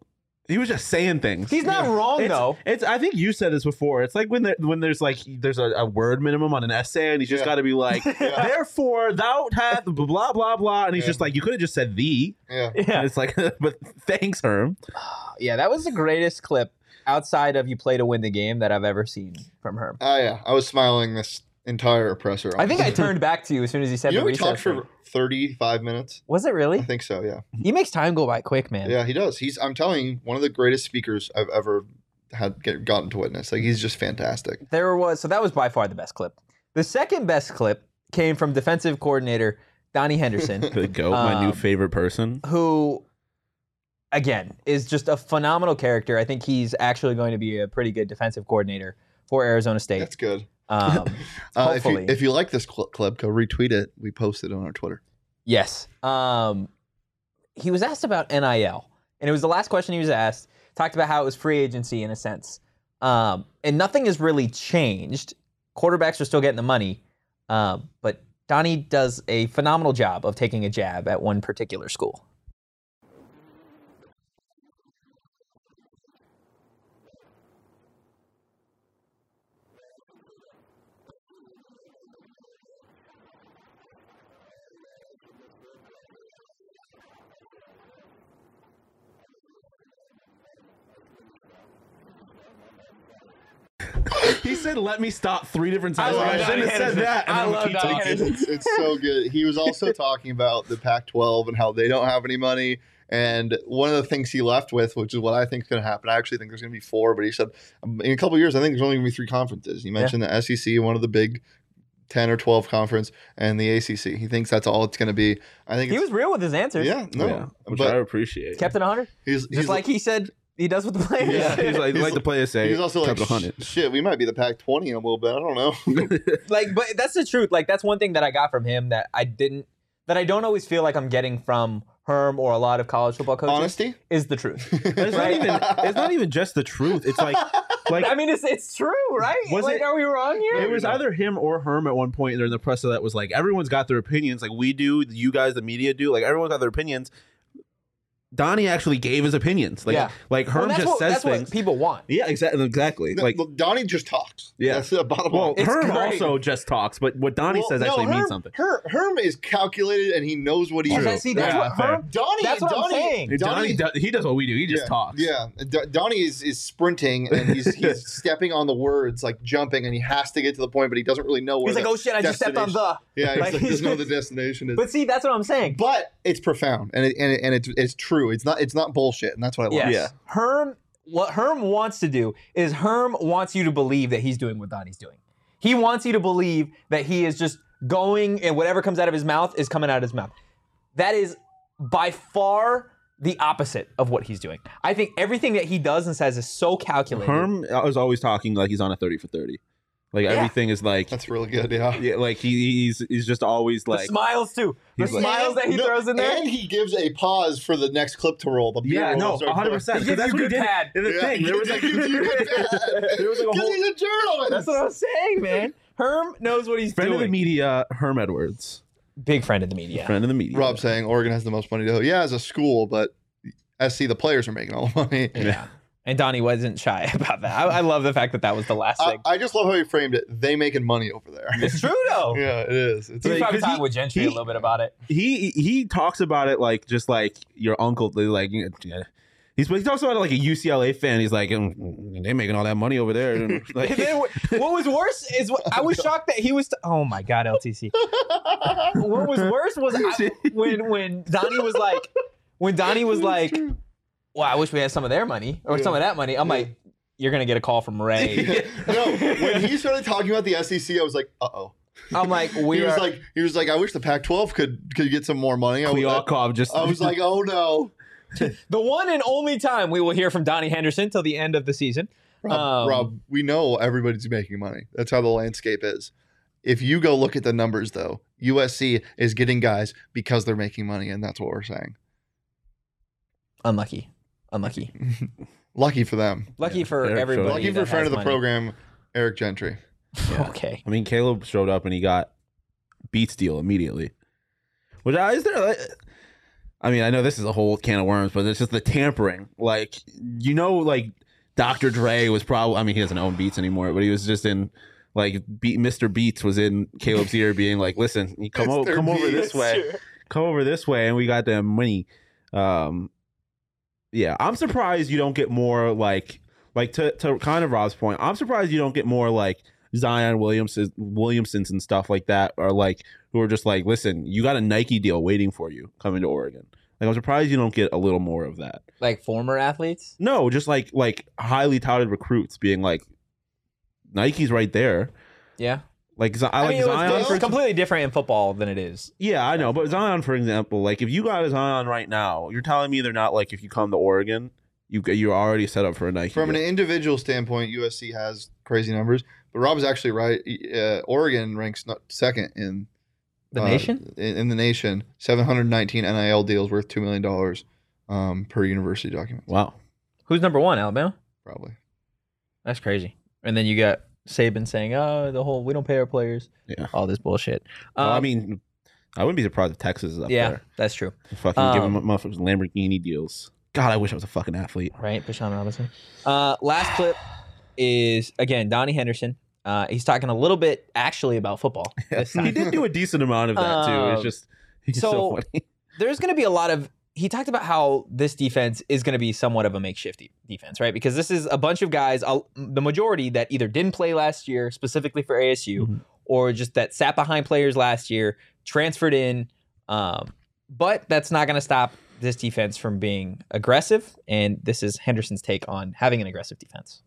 Speaker 3: He was just saying things.
Speaker 1: He's not wrong
Speaker 3: it's,
Speaker 1: though.
Speaker 3: It's. I think you said this before. It's like when there, when there's like there's a, a word minimum on an essay, and he's just
Speaker 2: Yeah.
Speaker 3: got to be like, therefore thou hath blah blah blah, and he's
Speaker 2: Yeah.
Speaker 3: just like, you could have just said thee.
Speaker 2: yeah.
Speaker 3: And
Speaker 1: Yeah,
Speaker 3: it's like, but thanks, Herm.
Speaker 1: uh, yeah, that was the greatest clip outside of you play to win the game that I've ever seen from Herm.
Speaker 2: Oh yeah, I was smiling this entire oppressor.
Speaker 1: I think I turned back to you as soon as he said
Speaker 2: You know
Speaker 1: the
Speaker 2: we
Speaker 1: recess.
Speaker 2: talked
Speaker 1: thing.
Speaker 2: for thirty five minutes.
Speaker 1: was it
Speaker 2: I
Speaker 1: really?
Speaker 2: think so. Yeah.
Speaker 1: He makes time go by quick, man.
Speaker 2: Yeah, he does. He's I'm telling you, one of the greatest speakers I've ever had get, gotten to witness. Like he's just fantastic.
Speaker 1: there was so that was by far the best clip. The second best clip came from defensive coordinator Donnie Henderson,
Speaker 3: The goat, my
Speaker 1: Um,
Speaker 3: new favorite person.
Speaker 1: who again is just a phenomenal character. I think he's actually going to be a pretty good defensive coordinator for Arizona State.
Speaker 2: That's good.
Speaker 1: Um,
Speaker 2: Uh, if you
Speaker 1: Hopefully.
Speaker 2: if you like this cl- clip, go retweet it. We posted it on our Twitter.
Speaker 1: yes, um, he was asked about NIL, and it was the last question he was asked. Talked about how it was free agency in a sense, um, and nothing has really changed. Quarterbacks are still getting the money, um, but Donnie does a phenomenal job of taking a jab at one particular school.
Speaker 3: He said, "Let me stop" three different
Speaker 1: I
Speaker 3: times.
Speaker 1: love
Speaker 3: I,
Speaker 1: Doc
Speaker 3: shouldn't have said
Speaker 1: Henderson.
Speaker 3: that.
Speaker 1: I love
Speaker 3: keep
Speaker 1: Doc
Speaker 3: talking.
Speaker 1: Henderson.
Speaker 2: it's, it's so good. He was also talking about the Pac-12 and how they don't have any money. And one of the things he left with, which is what I think is going to happen, I actually think there's going to be four. But he said um, in a couple of years, I think there's only going to be three conferences. He mentioned the SEC, one of the big ten or twelve conference, and the ACC. He thinks that's all it's going to be. I think
Speaker 1: He was real with his answers.
Speaker 2: it's, yeah, no,
Speaker 3: Yeah, which I
Speaker 2: but
Speaker 3: appreciate.
Speaker 1: Kept it 100.
Speaker 2: he's,
Speaker 1: Just
Speaker 2: he's
Speaker 1: like he said he does with the players.
Speaker 3: yeah, he's like,
Speaker 2: He's-
Speaker 3: like the players say.
Speaker 2: he's also like
Speaker 3: kept it 100.
Speaker 2: "Sh- shit. We might be the Pac-20 in a little bit. I don't know.
Speaker 1: like but that's the truth like that's one thing that i got from him that i didn't that i don't always feel like i'm getting from herm or a lot of college football coaches
Speaker 2: Honesty.
Speaker 1: is the truth
Speaker 3: it's not even. It's not even just the truth. It's like, like
Speaker 1: i mean it's it's true right
Speaker 3: Was
Speaker 1: like
Speaker 3: it-
Speaker 1: are we wrong here
Speaker 3: it was either him or Herm at one point during the presser that was like, everyone's got their opinions. Like we do, you guys, the media do. Like everyone's got their opinions. Donnie actually gave his opinions. Like,
Speaker 1: Yeah.
Speaker 3: like
Speaker 1: Well,
Speaker 3: Herm
Speaker 1: that's
Speaker 3: just
Speaker 1: what-
Speaker 3: says
Speaker 1: that's
Speaker 3: things.
Speaker 1: what people want
Speaker 3: yeah, exactly. Exactly.
Speaker 2: No,
Speaker 3: like,
Speaker 2: look, Donnie just talks.
Speaker 3: Yeah.
Speaker 2: that's the bottom
Speaker 3: well,
Speaker 2: line.
Speaker 1: it's
Speaker 3: Herm
Speaker 1: great.
Speaker 3: also just talks, but what Donnie
Speaker 2: Well,
Speaker 3: says
Speaker 2: no,
Speaker 3: actually means
Speaker 2: Herm-
Speaker 3: something.
Speaker 2: Her, Herm is calculated and he knows what he's
Speaker 1: True.
Speaker 2: doing.
Speaker 1: See, that's
Speaker 3: Yeah,
Speaker 1: what
Speaker 3: fair.
Speaker 1: Herm,
Speaker 2: Donnie,
Speaker 1: that's what
Speaker 2: Donnie,
Speaker 1: i'm saying
Speaker 3: Donnie, does, he does what we do. He just
Speaker 2: yeah,
Speaker 3: talks.
Speaker 2: Yeah, D- Donnie is, is sprinting and he's he's stepping on the words like jumping, and he has to get to the point, but he doesn't really know where.
Speaker 1: he's like
Speaker 2: the-
Speaker 1: oh shit i just stepped on the
Speaker 3: oh,
Speaker 2: yeah, he's
Speaker 1: like-
Speaker 2: like, doesn't know what the destination is. But,
Speaker 1: but see that's what i'm saying
Speaker 2: it's profound and it, and, it, and it's it's true. It's not it's not bullshit, and that's what I love.
Speaker 1: yes herm what herm wants to do is herm wants you to believe that he's doing what donnie's doing he wants you to believe that he is just going and whatever comes out of his mouth is coming out of his mouth that is by far the opposite of what he's doing. I think everything that he does and says is so calculated.
Speaker 3: Herm is always talking like he's on a thirty for thirty. Like everything is like,
Speaker 2: That's really good. Yeah.
Speaker 3: yeah, like he, he's he's just always
Speaker 1: the
Speaker 3: like,
Speaker 1: smiles too. The
Speaker 3: He's like-
Speaker 1: smiles that he
Speaker 2: No,
Speaker 1: throws in there.
Speaker 2: and he gives a pause for the next clip to roll. The beer
Speaker 3: yeah,
Speaker 2: roll
Speaker 3: no,
Speaker 2: starts
Speaker 3: one hundred percent.
Speaker 1: He gives
Speaker 3: That's
Speaker 1: you
Speaker 3: what he
Speaker 1: good
Speaker 3: did.
Speaker 1: pad.
Speaker 3: in the
Speaker 2: Yeah,
Speaker 3: thing,
Speaker 2: he
Speaker 3: there was like,
Speaker 2: gives you good pad.
Speaker 3: there was like a
Speaker 2: Because
Speaker 3: whole
Speaker 2: he's a journalist.
Speaker 1: That's what I'm saying, man. Herm knows what he's
Speaker 3: friend of the
Speaker 1: doing.
Speaker 3: media, Herm Edwards,
Speaker 1: Big friend of the media.
Speaker 3: friend of the media.
Speaker 2: Rob saying Oregon has the most money to Yeah, as a school, but SC the players are making all the money.
Speaker 1: Yeah. And Donnie wasn't shy about that. I, I love the fact that that was the last
Speaker 2: I,
Speaker 1: thing.
Speaker 2: I just love how he framed it. They making money over there.
Speaker 1: Uh, It's true though.
Speaker 2: yeah, it is. It's
Speaker 1: He was
Speaker 3: Like,
Speaker 1: probably
Speaker 3: 'cause
Speaker 1: talking
Speaker 3: he-
Speaker 1: with Gentry
Speaker 3: he-
Speaker 1: a little bit about it.
Speaker 3: he he talks about it like just like your uncle they like you know, yeah. He's, he talks about it like a UCLA fan. He's like, "Mm, they're making all that money over there.
Speaker 1: And
Speaker 3: Like,
Speaker 1: then what what was worse is what, I was shocked that he was. oh my god, LTC. what was worse was I, when when Donnie was like, when Donnie was like, "Well, I wish we had some of their money or some of that money." I'm like, "You're gonna get a call from Ray."
Speaker 2: no, when he started talking about the SEC, I was like, uh oh.
Speaker 1: I'm like, "We
Speaker 2: He was
Speaker 1: are."
Speaker 2: like, he was like, I wish the Pac-12 could could get some more money. I was, I,
Speaker 3: Kwiatkov just.
Speaker 2: was like, oh no.
Speaker 1: the one and only time we will hear from Donnie Henderson till the end of the season.
Speaker 2: Rob,
Speaker 1: Um,
Speaker 2: Rob, we know everybody's making money. That's how the landscape is. If you go look at the numbers, though, USC is getting guys because they're making money, and that's what we're saying.
Speaker 1: Unlucky, unlucky,
Speaker 2: Lucky for them.
Speaker 1: lucky for
Speaker 3: Eric
Speaker 1: everybody.
Speaker 3: Schroeder.
Speaker 2: Lucky for
Speaker 1: that
Speaker 2: friend
Speaker 1: has
Speaker 2: of the
Speaker 1: money.
Speaker 2: program, Eric Gentry.
Speaker 3: Yeah.
Speaker 1: Okay.
Speaker 3: I mean, Caleb showed up and he got Beats deal immediately. Which I is there? Like, I mean, I know this is a whole can of worms, but it's just the tampering. Like you know, like Dr. Dre was probably. I mean, he doesn't own Beats anymore, but he was just in. Like Be- Mr. Beats was in Caleb's ear, being like, "Listen, you come over,
Speaker 2: Mr.
Speaker 3: come over
Speaker 2: Beats.
Speaker 3: this way, come over this way," and we got them money. Um, yeah, I'm surprised you don't get more like like to to kind of Rob's point. I'm surprised you don't get more like Zion Williamson Williamsons and stuff like that, or like who are just like, listen, you got a Nike deal waiting for you coming to Oregon. Like I'm surprised you don't get a little more of that.
Speaker 1: Like former athletes.
Speaker 3: No, just like like highly touted recruits being like, Nike's right there.
Speaker 1: Yeah.
Speaker 3: Like Z- I
Speaker 1: I
Speaker 3: like
Speaker 1: mean, it was-
Speaker 3: Zion.
Speaker 1: it's
Speaker 3: for,
Speaker 1: completely different in football than it is
Speaker 3: yeah, I know, but Zion, for example, like if you got a Zion right now, you're telling me they're not like if you come to Oregon, you you're already set up for a Nike.
Speaker 2: From an
Speaker 3: deal.
Speaker 2: individual standpoint, USC has crazy numbers, but Rob's actually right. Uh, Oregon ranks not second in
Speaker 1: the
Speaker 2: uh,
Speaker 1: nation.
Speaker 2: in, in the nation. Seven hundred nineteen NIL deals worth two million dollars um, per university document.
Speaker 3: wow.
Speaker 1: Who's number one? Alabama.
Speaker 2: Probably.
Speaker 1: That's crazy. And then you got Saban saying, "Oh, the whole we don't pay our players."
Speaker 3: Yeah.
Speaker 1: All this bullshit.
Speaker 3: Well, I
Speaker 1: Um,
Speaker 3: mean, I wouldn't be surprised if Texas is up
Speaker 1: yeah,
Speaker 3: there.
Speaker 1: that's true.
Speaker 3: Fucking giving
Speaker 1: Um,
Speaker 3: motherfuckers Lamborghini deals. God, I wish I was a fucking athlete.
Speaker 1: Right, Bashan Robinson. Uh, last clip is again Donnie Henderson. Uh, he's talking a little bit actually about football. This
Speaker 3: he
Speaker 1: time.
Speaker 3: did do a decent amount of that too.
Speaker 1: Um,
Speaker 3: It's just he's so,
Speaker 1: so-
Speaker 3: funny.
Speaker 1: There's going to be a lot of he talked about how this defense is going to be somewhat of a makeshift de- defense, right? Because this is a bunch of guys, a- the majority that either didn't play last year specifically for ASU,
Speaker 3: Mhm.
Speaker 1: or just that sat behind players last year, transferred in. Um, but that's not going to stop this defense from being aggressive. And this is Henderson's take on having an aggressive defense.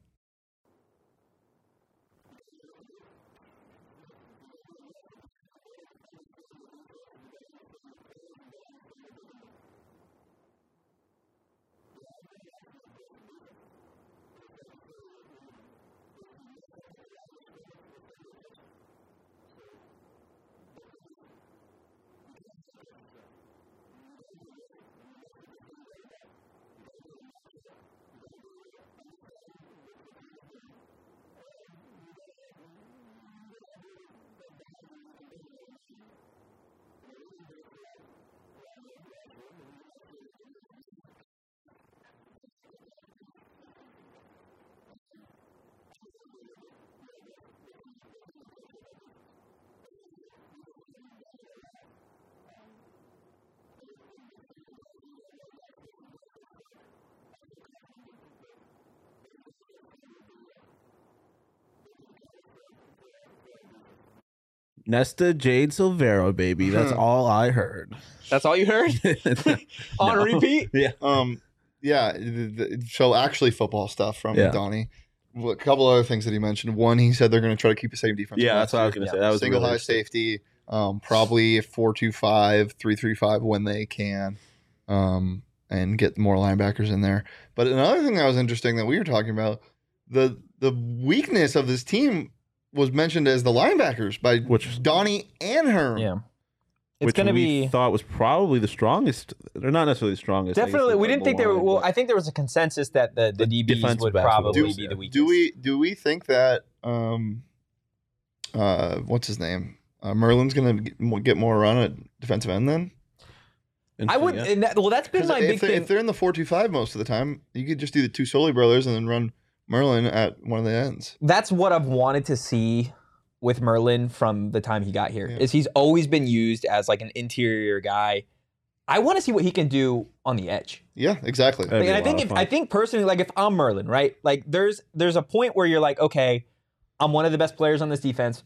Speaker 3: Nesta Jade Silvero, baby. That's
Speaker 2: Hmm.
Speaker 3: all I heard.
Speaker 1: That's all you heard on
Speaker 3: No.
Speaker 1: repeat.
Speaker 2: Um, yeah. th- th- so actually, football stuff from
Speaker 3: Yeah.
Speaker 2: Donnie. Well, A couple other things that he mentioned. One, he said they're going to try to keep the same defense.
Speaker 3: Yeah,
Speaker 2: from
Speaker 3: that's
Speaker 2: last
Speaker 3: what I was
Speaker 2: year.
Speaker 3: gonna say. That was
Speaker 2: single
Speaker 3: really
Speaker 2: high
Speaker 3: interesting.
Speaker 2: safety. Um, probably 4-2-5, 3-3-5 when they can, um, and get more linebackers in there. But another thing that was interesting that we were talking about the the weakness of this team was mentioned as the linebackers by
Speaker 3: Which-
Speaker 2: Donnie and Herm.
Speaker 1: Yeah. It's
Speaker 3: Which
Speaker 1: going to
Speaker 3: we
Speaker 1: be.
Speaker 3: thought was probably the strongest. They're not necessarily the strongest. I guess
Speaker 1: Definitely,
Speaker 3: they're
Speaker 1: we didn't think they were.
Speaker 3: line,
Speaker 1: Well,
Speaker 3: but-
Speaker 1: I think there was a consensus that the, the
Speaker 3: The
Speaker 1: DBs
Speaker 3: defensive
Speaker 1: would
Speaker 3: backs would
Speaker 1: probably
Speaker 2: always,
Speaker 1: be
Speaker 3: yeah.
Speaker 1: the weakest.
Speaker 2: Do we do we think that um uh what's his name? Uh, Merlin's gonna get mo- get more run at defensive end then.
Speaker 1: I
Speaker 3: Interesting,
Speaker 1: would.
Speaker 3: yeah.
Speaker 1: and that, well, that's been
Speaker 2: 'Cause
Speaker 1: my
Speaker 2: if,
Speaker 1: big
Speaker 2: they're,
Speaker 1: thing.
Speaker 2: if they're in the four two five most of the time, you could just do the two Soli brothers and then run Merlin at one of the ends.
Speaker 1: that's what I've wanted to see with Merlin from the time he got here.
Speaker 2: Yeah.
Speaker 1: Is he's always been used as like an interior guy. I want to see what he can do on the edge.
Speaker 2: Yeah, exactly.
Speaker 3: That'd be
Speaker 1: and
Speaker 3: a
Speaker 1: I think
Speaker 3: lot of
Speaker 1: if
Speaker 3: fun.
Speaker 1: I think personally, like if I'm Merlin, right? Like there's there's a point where you're like, okay, I'm one of the best players on this defense.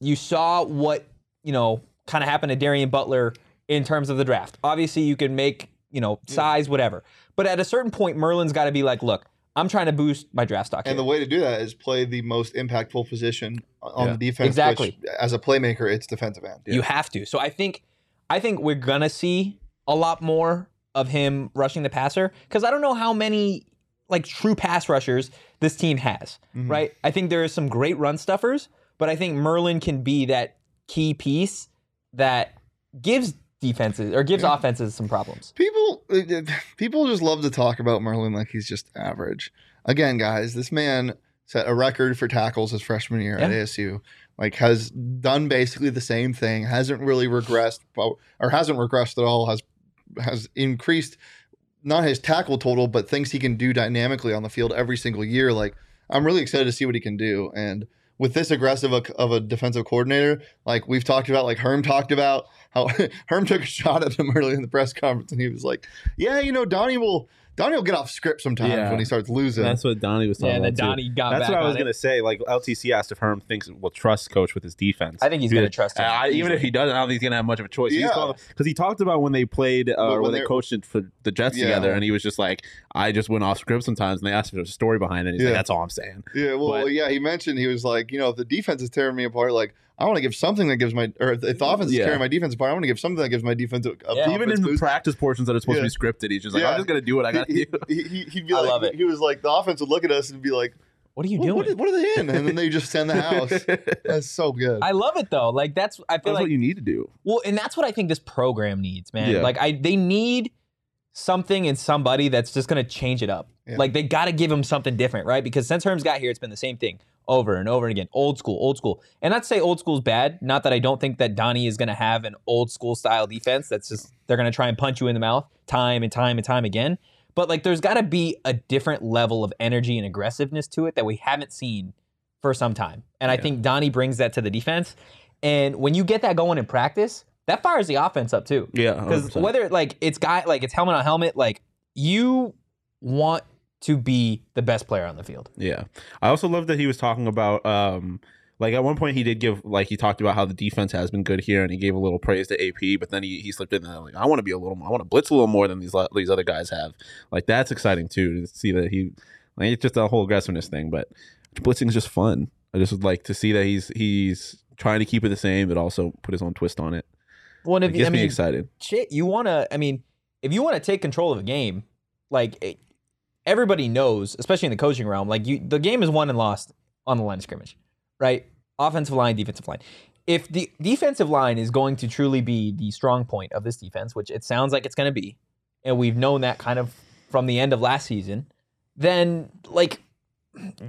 Speaker 1: You saw what you know kind of happened to Darian Butler in terms of the draft. Obviously, you can make you know
Speaker 3: Mm.
Speaker 1: size whatever, but at a certain point, Merlin's got to be like, look, I'm trying to boost my draft stock. here.
Speaker 2: and the way to do that is play the most impactful position on
Speaker 3: Yeah.
Speaker 2: the defense.
Speaker 1: Exactly.
Speaker 2: Which, as a playmaker, it's defensive end.
Speaker 1: You have to. So I think I think we're gonna see a lot more of him rushing the passer because I don't know how many like true pass rushers this team has.
Speaker 3: Mm-hmm.
Speaker 2: Mhm.
Speaker 1: Right? I think there is some great run stuffers, but I think Merlin can be that key piece that gives defenses or gives
Speaker 2: Yeah.
Speaker 1: offenses some problems.
Speaker 2: People, people just love to talk about Merlin like he's just average. Again, guys, this man set a record for tackles his freshman year at
Speaker 1: Yeah.
Speaker 2: ASU. Like, has done basically the same thing. Hasn't really regressed, well, or hasn't regressed at all. Has has increased not his tackle total, but things he can do dynamically on the field every single year. Like, I'm really excited to see what he can do. And with this aggressive a, of a defensive coordinator, like we've talked about, like Herm talked about, how Herm took a shot at him early in the press conference, and he was like, "Yeah, you know, Donnie will Donnie will get off script sometimes
Speaker 3: Yeah.
Speaker 2: when he starts losing."
Speaker 3: That's what Donnie was talking about. too.
Speaker 1: got
Speaker 3: That's what I was gonna say. Like LTC asked if Herm thinks will trust coach with his defense.
Speaker 1: I think he's gonna
Speaker 3: Dude,
Speaker 1: trust him.
Speaker 3: I, even if he
Speaker 1: easily.
Speaker 3: doesn't, I don't think he's gonna have much of a choice.
Speaker 2: Yeah.
Speaker 3: Because he talked about when they played uh,
Speaker 2: Well,
Speaker 3: or
Speaker 2: when
Speaker 3: when they
Speaker 2: they're-
Speaker 3: coached it for the Jets
Speaker 2: Yeah.
Speaker 3: together, and he was just like, "I just went off script sometimes." And they asked if there was a story behind it. And he's
Speaker 2: Yeah.
Speaker 3: like, "That's all I'm saying."
Speaker 2: yeah, well,
Speaker 3: but-
Speaker 2: yeah, he mentioned he was like, you know, if the defense is tearing me apart, like I want to give something that gives my or if the offense is
Speaker 3: Yeah.
Speaker 2: tearing my defense apart, I want to give something that gives my defense. A, a
Speaker 1: Yeah.
Speaker 3: Even
Speaker 2: offense
Speaker 3: in the
Speaker 2: boost.
Speaker 3: practice portions that are supposed
Speaker 2: Yeah.
Speaker 3: to be scripted, he's just like,
Speaker 2: Yeah.
Speaker 3: "I'm just gonna do what I gotta
Speaker 2: he,
Speaker 3: do."
Speaker 2: he, he- he'd be
Speaker 1: I
Speaker 2: like,
Speaker 1: love it.
Speaker 2: he was like, the offense would look at us and be like,
Speaker 1: What are you
Speaker 2: what,
Speaker 1: doing?
Speaker 2: what, are- what are they in? And then they just send the house. That's so good.
Speaker 1: I love it though. Like that's I feel
Speaker 3: That's
Speaker 1: like
Speaker 3: what you need to do.
Speaker 1: Well, and that's what I think this program needs, man.
Speaker 3: Yeah.
Speaker 1: Like I they need something and somebody that's just going to change it up.
Speaker 2: Yeah.
Speaker 1: Like they got to give him something different, right? Because since Herm's got here, it's been the same thing over and over and again. Old school, old school. And not to say old school's bad, not that I don't think that Donnie is going to have an old school style defense that's just they're going to try and punch you in the mouth time and time and time again. But like there's got to be a different level of energy and aggressiveness to it that we haven't seen for some time. And I
Speaker 3: Yeah.
Speaker 1: think Donnie brings that to the defense. And when you get that going in practice, that fires the offense up too.
Speaker 3: Yeah,
Speaker 1: Because
Speaker 3: 100%.
Speaker 1: whether like it's guy like it's helmet on helmet, like you want to be the best player on the field.
Speaker 3: Yeah. I also love that he was talking about um like at one point he did give like he talked about how the defense has been good here and he gave a little praise to AP, but then he, he slipped in there like I want to be a little more I want to blitz a little more than these lo- these other guys have. Like that's exciting too to see that he like it's just a whole aggressiveness thing, but blitzing is just fun. I just would like to see that he's he's trying to keep it the same but also put his own twist on it.
Speaker 1: Well, and
Speaker 3: It
Speaker 1: if,
Speaker 3: gets
Speaker 1: I
Speaker 3: me
Speaker 1: mean,
Speaker 3: excited.
Speaker 1: shit, you want to, I mean, if you want to take control of a game, like it, everybody knows, especially in the coaching realm, like you, the game is won and lost on the line of scrimmage, right? Offensive line, defensive line. If the defensive line is going to truly be the strong point of this defense, which it sounds like it's going to be, and we've known that kind of from the end of last season, then like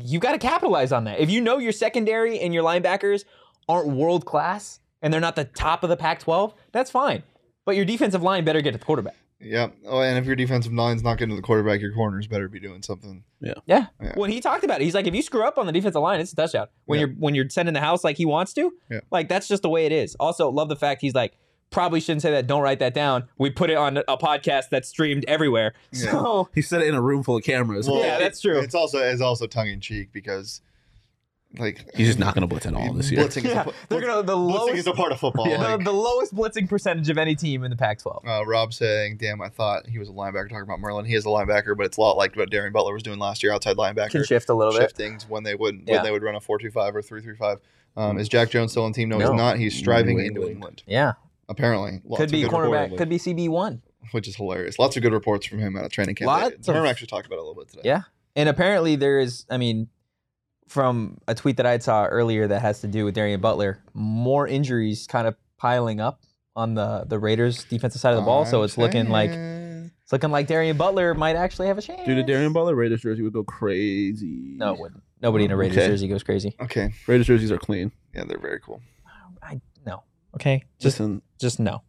Speaker 1: you got to capitalize on that. If you know your secondary and your linebackers aren't world class and they're not the top of the Pac 12, that's fine. But your defensive line better get to the quarterback.
Speaker 2: Yeah. Oh, and if your defensive line's not getting to the quarterback, your corners better be doing something.
Speaker 1: Yeah.
Speaker 2: Yeah.
Speaker 1: When he talked about it, he's like, if you screw up on the defensive line, it's a touchdown. When
Speaker 2: Yeah.
Speaker 1: you're when you're sending the house like he wants to,
Speaker 2: Yeah.
Speaker 1: like that's just the way it is. Also, love the fact he's like, probably shouldn't say that. Don't write that down. We put it on a podcast that's streamed everywhere.
Speaker 2: Yeah.
Speaker 1: So
Speaker 3: He said it in a room full of cameras.
Speaker 1: Well- Yeah,
Speaker 2: it-
Speaker 1: that's true.
Speaker 2: It's also it's also tongue in cheek because, like,
Speaker 3: he's just not going to blitz at all this year.
Speaker 2: Blitzing,
Speaker 1: yeah,
Speaker 2: is, a,
Speaker 1: they're gonna the
Speaker 2: blitzing
Speaker 1: lowest
Speaker 2: is a part of football.
Speaker 1: the,
Speaker 2: like,
Speaker 1: the lowest blitzing percentage of any team in the Pac-12.
Speaker 2: uh, Rob saying, "Damn, I thought he was a linebacker." Talking about Merlin, he is a linebacker, but it's a lot like what Darian Butler was doing last year, outside
Speaker 1: Can
Speaker 2: linebacker,
Speaker 1: shift a little bit.
Speaker 2: shiftings when they would
Speaker 1: Yeah.
Speaker 2: when they would run a four two five or three three five. Um, is Jack Jones still on the team? No,
Speaker 1: No.
Speaker 2: he's not. He's striving
Speaker 3: New
Speaker 2: into
Speaker 3: England.
Speaker 2: England.
Speaker 1: Yeah,
Speaker 2: Apparently, Lots
Speaker 1: could
Speaker 2: of
Speaker 1: be
Speaker 2: good
Speaker 1: cornerback,
Speaker 2: report-
Speaker 1: could be CB one.
Speaker 2: which is hilarious. Lots of good reports from him out of training camp.
Speaker 1: Lots of-
Speaker 2: Herm actually talked about it a little bit today.
Speaker 1: Yeah. And apparently there is, I mean, from a tweet that I saw earlier that has to do with Darian Butler, more injuries kind of piling up on the the Raiders defensive side of the ball. so
Speaker 2: I'm
Speaker 1: it's looking like
Speaker 2: saying.
Speaker 1: it's looking like Darian Butler might actually have a chance.
Speaker 3: Dude, a Darian Butler Raiders jersey would go crazy.
Speaker 1: No, it wouldn't. Nobody in a Raiders
Speaker 3: Okay.
Speaker 1: jersey goes crazy.
Speaker 2: Okay,
Speaker 3: Raiders jerseys are clean.
Speaker 2: yeah, they're very cool.
Speaker 1: I no. Okay. Just
Speaker 3: Listen,
Speaker 1: just no.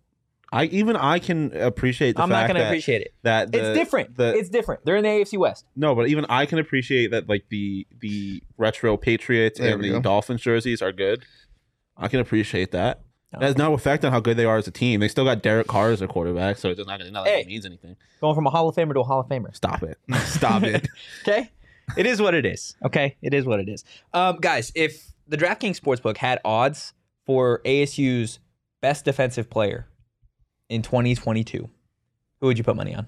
Speaker 3: I even I can appreciate the
Speaker 1: I'm not
Speaker 3: fact
Speaker 1: gonna
Speaker 3: that,
Speaker 1: appreciate it.
Speaker 3: that the,
Speaker 1: it's different.
Speaker 3: the-
Speaker 1: it's different. They're in the AFC West.
Speaker 3: no, but even I can appreciate that like the the retro Patriots
Speaker 2: There
Speaker 3: and
Speaker 2: we
Speaker 3: the
Speaker 2: go.
Speaker 3: Dolphins jerseys are good. I can appreciate that.
Speaker 1: No.
Speaker 3: That has no effect on how good they are as a team. They still got Derek Carr as their quarterback, so it's just not gonna not that
Speaker 1: Hey.
Speaker 3: it means anything.
Speaker 1: Going from a Hall of Famer to a Hall of Famer.
Speaker 3: Stop it. Stop it.
Speaker 1: Okay. It is what it is. Okay. It is what it is. Um, guys, if the DraftKings Sportsbook had odds for ASU's best defensive player in 2022, who would you put money on?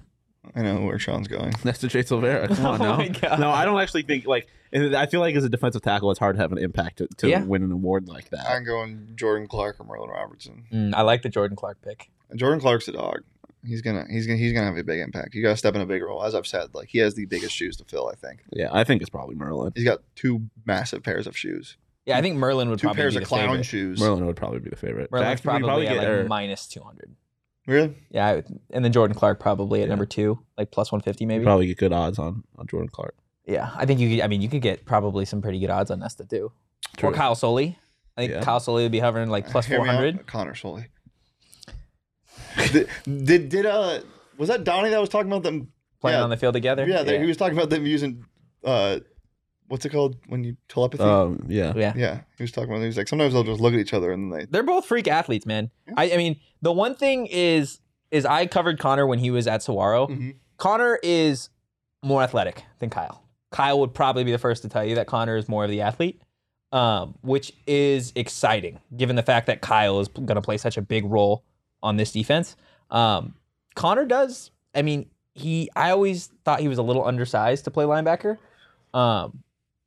Speaker 2: I know where Sean's going.
Speaker 3: Nestor J. Silvera. Come on
Speaker 1: Oh
Speaker 3: now.
Speaker 1: my God.
Speaker 3: No, I don't actually think like and I feel like as a defensive tackle, it's hard to have an impact to, to
Speaker 1: Yeah.
Speaker 3: win an award like that.
Speaker 2: I'm going Jordan Clark or Merlin Robertson.
Speaker 1: Mm, I like the Jordan Clark pick.
Speaker 2: Jordan Clark's a dog. He's gonna he's gonna he's gonna have a big impact. You gotta step in a big role. As I've said, like he has the biggest shoes to fill, I think.
Speaker 3: yeah, I think it's probably Merlin.
Speaker 2: He's got two massive pairs of shoes.
Speaker 1: Yeah, I think Merlin would
Speaker 2: Two
Speaker 1: probably
Speaker 2: pairs
Speaker 1: be
Speaker 2: of
Speaker 1: the
Speaker 2: clown
Speaker 1: favorite.
Speaker 2: shoes.
Speaker 3: Merlin would probably be the favorite.
Speaker 1: Merlin's
Speaker 3: Actually, we'd
Speaker 1: probably, at like
Speaker 2: er
Speaker 3: or-
Speaker 1: minus 200.
Speaker 2: Really?
Speaker 1: Yeah, I would- and then Jordan Clark probably at
Speaker 3: Yeah.
Speaker 1: number two, like plus 150 maybe.
Speaker 3: probably get good odds on on Jordan Clark.
Speaker 1: Yeah, I think you. Could, I mean, you could get probably some pretty good odds on Nesta too, or Kyle Soli. I think
Speaker 3: Yeah.
Speaker 1: Kyle Soli would be hovering like plus
Speaker 2: Uh, Hear me out.
Speaker 1: 400.
Speaker 2: Connor Soley. did, did did uh was that Donnie that was talking about them?
Speaker 1: Playing
Speaker 2: yeah,
Speaker 1: on the field together.
Speaker 2: yeah, that- he was talking about them using uh what's it called when you telepathy?
Speaker 3: Um, yeah.
Speaker 1: yeah.
Speaker 2: yeah, he was talking about. He was like, sometimes they'll just look at each other and then they.
Speaker 1: they're both freak athletes, man. I, I mean, the one thing is is I covered Connor when he was at Saguaro.
Speaker 2: Mhm.
Speaker 1: Connor is more athletic than Kyle. Kyle would probably be the first to tell you that Connor is more of the athlete, um, which is exciting given the fact that Kyle is going to play such a big role on this defense. Um, Connor does. I mean, he. I always thought he was a little undersized to play linebacker, um,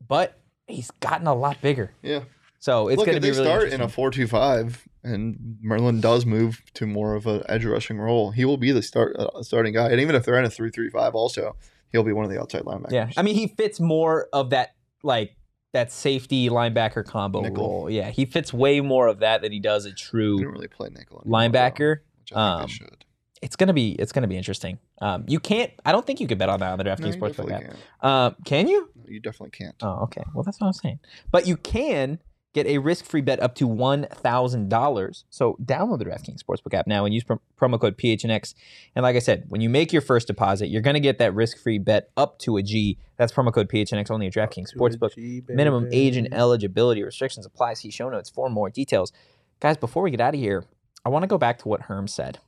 Speaker 1: but he's gotten a lot bigger.
Speaker 2: Yeah.
Speaker 1: So it's
Speaker 2: Look,
Speaker 1: going to
Speaker 2: if
Speaker 1: be
Speaker 2: they
Speaker 1: really
Speaker 2: start
Speaker 1: interesting.
Speaker 2: in a four-two-five, and Merlin does move to more of an edge rushing role. He will be the start uh, starting guy, and even if they're in a three-three-five, also he'll be one of the outside linebackers.
Speaker 1: Yeah, I mean, he fits more of that like that safety linebacker combo
Speaker 2: Nickel.
Speaker 1: role. Yeah, he fits way more of that than he does a
Speaker 2: they don't
Speaker 1: true
Speaker 2: really play nickel anymore, though,
Speaker 1: linebacker.
Speaker 2: which I think
Speaker 1: um,
Speaker 2: they should.
Speaker 1: It's gonna be it's gonna be interesting. Um, you can't. I don't think you could bet on that on the
Speaker 2: No, you
Speaker 1: DraftKings
Speaker 2: definitely
Speaker 1: sportsbook app.
Speaker 2: can't.
Speaker 1: Um, can you?
Speaker 2: No, you definitely can't.
Speaker 1: Oh, okay. Well, that's what I'm saying. But you can get a risk-free bet up to one thousand dollars. So download the DraftKings Sportsbook app now and use prom- promo code PHNX. And like I said, when you make your first deposit, you're gonna get that risk-free bet up to a G. That's promo code PHNX only at DraftKings Sportsbook. Minimum age and eligibility restrictions apply. See show notes for more details. Guys, before we get out of here, I want to go back to what Herm said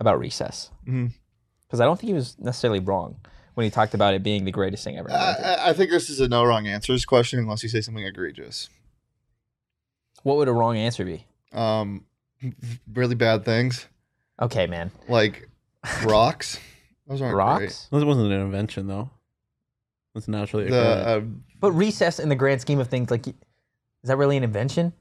Speaker 1: about recess because
Speaker 3: Mm-hmm.
Speaker 2: Mhm.
Speaker 1: I don't think he was necessarily wrong when he talked about it being the greatest thing ever.
Speaker 3: Ah,
Speaker 2: I,
Speaker 1: invented.
Speaker 2: I- I think this is a no wrong answers question unless you say something egregious.
Speaker 1: what would a wrong answer be?
Speaker 2: Um, really bad things
Speaker 1: Okay, man.
Speaker 2: like rocks. Those aren't great.
Speaker 1: Rocks?
Speaker 3: This wasn't an invention though. It's naturally
Speaker 2: The
Speaker 3: occurring.
Speaker 2: uh,
Speaker 1: But recess in the grand scheme of things, like, y- is that really an invention?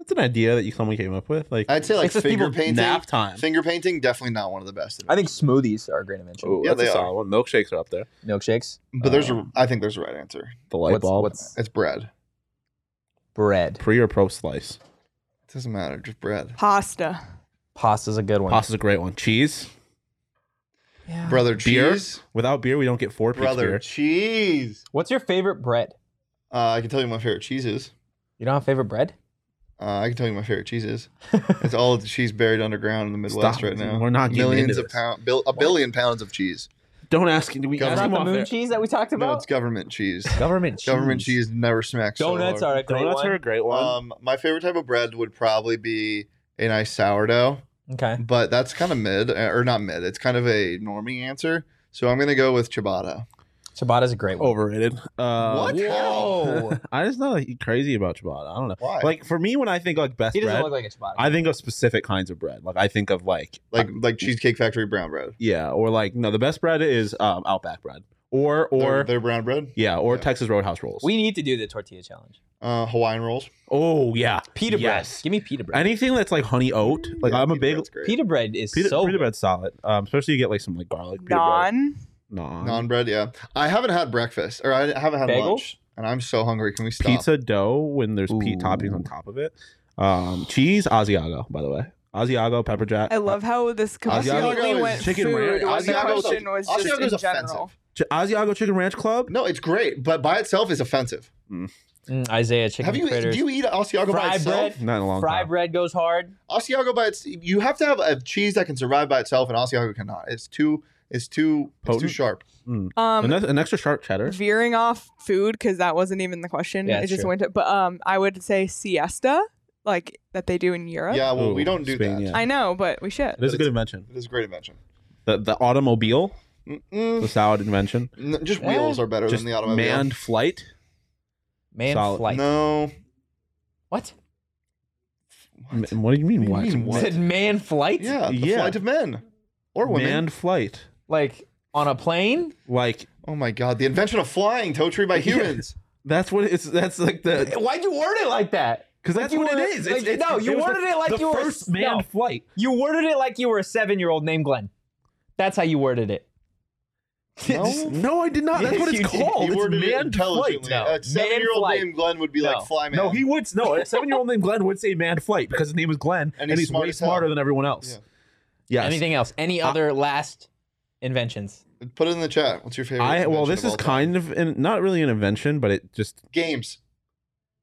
Speaker 3: That's an idea that you someone came up with. Like
Speaker 2: I'd say like
Speaker 1: It's just
Speaker 2: finger
Speaker 1: people
Speaker 2: painting.
Speaker 3: nap time.
Speaker 2: Finger painting definitely not one of the best.
Speaker 1: I think smoothies are a great invention.
Speaker 3: Oh,
Speaker 2: Yeah,
Speaker 3: that's
Speaker 2: they
Speaker 3: a
Speaker 2: are.
Speaker 3: solid one. Milkshakes are up there.
Speaker 1: Milkshakes,
Speaker 2: but there's
Speaker 3: uh,
Speaker 2: a. I think there's a right answer.
Speaker 3: The light
Speaker 1: What's-
Speaker 3: bulb.
Speaker 1: what's-
Speaker 2: It's bread.
Speaker 1: bread.
Speaker 3: pre or pro slice?
Speaker 2: It doesn't matter. Just bread.
Speaker 4: Pasta.
Speaker 1: Pasta's a good one.
Speaker 3: Pasta's a great one. Cheese.
Speaker 1: Yeah.
Speaker 2: Brother
Speaker 3: Beer?
Speaker 2: cheese.
Speaker 3: Without beer, we don't get four picks
Speaker 2: Brother
Speaker 3: beer.
Speaker 2: cheese.
Speaker 1: What's your favorite bread?
Speaker 2: Uh, I can tell you my favorite cheeses.
Speaker 1: You don't have favorite bread?
Speaker 2: Uh, I can tell you my favorite cheeses. It's all of the cheese buried underground in the Midwest
Speaker 3: Stop.
Speaker 2: right now.
Speaker 3: We're not getting
Speaker 2: millions
Speaker 3: into
Speaker 2: of
Speaker 3: this.
Speaker 2: pounds, bil- a billion pounds of cheese.
Speaker 3: Don't ask. Do we
Speaker 2: Government-
Speaker 3: ask
Speaker 1: Not
Speaker 3: him
Speaker 1: the
Speaker 3: off
Speaker 1: moon
Speaker 3: there?
Speaker 1: cheese that we talked
Speaker 2: No, it's
Speaker 1: about?
Speaker 2: government cheese.
Speaker 1: government cheese.
Speaker 2: government cheese never smacks. so
Speaker 1: Donuts
Speaker 2: hard.
Speaker 1: are a great
Speaker 3: Donuts
Speaker 1: one.
Speaker 3: are a great one.
Speaker 2: Um, my favorite type of bread would probably be a nice sourdough,
Speaker 1: okay.
Speaker 2: but that's kind of mid uh, or not mid. It's kind of a normie answer. So I'm gonna go with ciabatta.
Speaker 1: Ciabatta's a great
Speaker 3: Oh,
Speaker 1: one.
Speaker 3: Overrated. Uh,
Speaker 2: What?
Speaker 1: Whoa.
Speaker 3: I'm just not like, crazy about ciabatta. I don't know.
Speaker 2: Why? Like
Speaker 3: Like for me, when I think like best
Speaker 1: he doesn't
Speaker 3: bread,
Speaker 1: look like a ciabatta.
Speaker 3: I think of specific kinds of bread. Like I think of like
Speaker 2: like like Cheesecake Factory brown bread.
Speaker 3: yeah, or like no, the best bread is um, Outback bread, or or
Speaker 2: They're- they're brown bread.
Speaker 3: yeah, or
Speaker 2: Yeah.
Speaker 3: Texas Roadhouse rolls.
Speaker 1: we need to do the tortilla challenge.
Speaker 2: Uh, Hawaiian rolls.
Speaker 3: oh yeah,
Speaker 1: Pita
Speaker 3: Yes.
Speaker 1: bread. Give me pita bread.
Speaker 3: anything that's like honey oat. Like
Speaker 2: Yeah,
Speaker 3: I'm a
Speaker 2: pita
Speaker 3: big
Speaker 2: bread's great.
Speaker 1: Pita bread is
Speaker 3: pita,
Speaker 1: so
Speaker 3: pita
Speaker 1: good.
Speaker 3: bread's solid. Um, especially you get like some like garlic pita bread.
Speaker 4: Non.
Speaker 3: Non.
Speaker 2: non bread. Yeah, I haven't had breakfast or I haven't had
Speaker 1: Bagels?
Speaker 2: lunch, and I'm so hungry. Can we stop?
Speaker 3: pizza dough when there's pe-
Speaker 1: Ooh.
Speaker 3: toppings on top of it. Um, cheese Asiago, by the way. Asiago pepper jack.
Speaker 4: I love how this completely
Speaker 2: Asiago is
Speaker 4: went
Speaker 3: chicken
Speaker 4: food
Speaker 3: ranch.
Speaker 4: when the
Speaker 2: Asiago is-
Speaker 4: question was
Speaker 2: Asiago is
Speaker 4: just in
Speaker 2: offensive.
Speaker 4: general.
Speaker 3: Ch- Asiago chicken ranch club.
Speaker 2: No, it's great, but by itself is offensive.
Speaker 1: Mm, Isaiah chicken
Speaker 2: Have you
Speaker 1: critters.
Speaker 2: do you eat Asiago by
Speaker 1: Fried
Speaker 2: itself?
Speaker 1: bread.
Speaker 3: Not in a long
Speaker 1: Fried
Speaker 3: time.
Speaker 1: bread goes hard.
Speaker 2: Asiago by its you have to have a cheese that can survive by itself, and Asiago cannot. It's too it's too it's too
Speaker 3: Potent.
Speaker 2: sharp.
Speaker 3: An,
Speaker 4: Um,
Speaker 3: ex- Mm. an extra sharp cheddar.
Speaker 4: veering off food because that wasn't even the question.
Speaker 1: Yeah,
Speaker 4: it
Speaker 1: it's
Speaker 4: just
Speaker 1: true.
Speaker 4: went. To, but um, I would say siesta, like that they do in Europe.
Speaker 2: Yeah, well,
Speaker 3: Ooh,
Speaker 2: we don't do
Speaker 3: Spain,
Speaker 2: that.
Speaker 3: yeah.
Speaker 4: I know, but we should.
Speaker 3: It is a good invention.
Speaker 2: It is a great invention.
Speaker 3: The the automobile,
Speaker 2: Mm-mm.
Speaker 3: the salad invention.
Speaker 2: N- just
Speaker 1: Eh,
Speaker 2: wheels are better
Speaker 3: Just
Speaker 2: than the automobile.
Speaker 3: manned flight.
Speaker 1: Man
Speaker 3: Solid.
Speaker 1: flight.
Speaker 2: No,
Speaker 1: What?
Speaker 3: M- What do you mean?
Speaker 2: What do you mean,
Speaker 1: Said man flight?
Speaker 2: yeah, the
Speaker 3: Yeah.
Speaker 2: flight of men or women.
Speaker 3: Manned flight.
Speaker 1: Like on a plane?
Speaker 3: Like
Speaker 2: Oh my god, the invention of flying, Totri by humans.
Speaker 3: that's what it's. That's like the
Speaker 1: Why'd you word it like that?
Speaker 3: because that's
Speaker 1: you
Speaker 3: what
Speaker 1: were-
Speaker 3: it is.
Speaker 1: like, no, you
Speaker 3: was
Speaker 1: worded
Speaker 3: the,
Speaker 1: it like
Speaker 3: the
Speaker 1: you were
Speaker 3: first
Speaker 1: s- no.
Speaker 3: manned flight.
Speaker 1: You worded it like you were a seven year old named Glenn. That's how you worded it.
Speaker 2: No?
Speaker 3: No, I did not. That's
Speaker 1: Yes,
Speaker 3: what it's
Speaker 1: you did.
Speaker 3: called.
Speaker 2: You
Speaker 3: It's
Speaker 2: worded it
Speaker 3: manned flight.
Speaker 2: intelligently.
Speaker 1: no.
Speaker 2: A seven-year-old
Speaker 1: flight.
Speaker 2: named Glenn would be
Speaker 1: No.
Speaker 2: like fly man.
Speaker 3: No, he would. No, a seven-year-old named Glenn would say "manned flight" because his name is Glenn,
Speaker 2: And
Speaker 3: and he's,
Speaker 2: he's smart
Speaker 3: way
Speaker 2: as hell.
Speaker 3: smarter than everyone else. Yeah. Yes.
Speaker 1: Anything else? Any other last inventions?
Speaker 2: Put it in the chat. What's your favorite?
Speaker 3: I well,
Speaker 2: invention
Speaker 3: this
Speaker 2: of
Speaker 3: is
Speaker 2: all time?
Speaker 3: kind of an, not really an invention, but it just.
Speaker 2: games,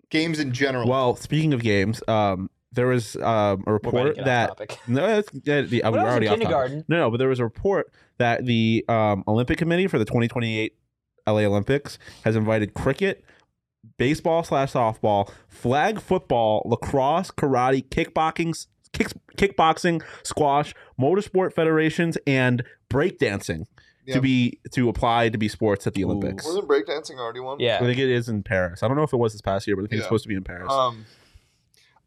Speaker 2: games in general.
Speaker 3: Well, speaking of games, um, there was um, a
Speaker 1: We're about to
Speaker 3: report
Speaker 1: get off
Speaker 3: that
Speaker 1: topic.
Speaker 3: no, that's, that the, uh,
Speaker 1: When I was
Speaker 3: we're
Speaker 1: in
Speaker 3: already off
Speaker 1: kindergarten-
Speaker 3: topic. No, no, but there was a report that the um, Olympic Committee for the 2028 LA Olympics has invited cricket, baseball slash softball, flag football, lacrosse, karate, kickboxing, kick, kickboxing, squash, motorsport federations, and breakdancing
Speaker 2: Yeah.
Speaker 3: to be to apply to be sports at the
Speaker 1: Ooh.
Speaker 3: Olympics.
Speaker 2: Wasn't breakdancing already one?
Speaker 3: I
Speaker 1: Yeah.
Speaker 3: think it is in Paris. I don't know if it was this past year, but I think it's
Speaker 2: Yeah.
Speaker 3: supposed to be in Paris.
Speaker 2: Um.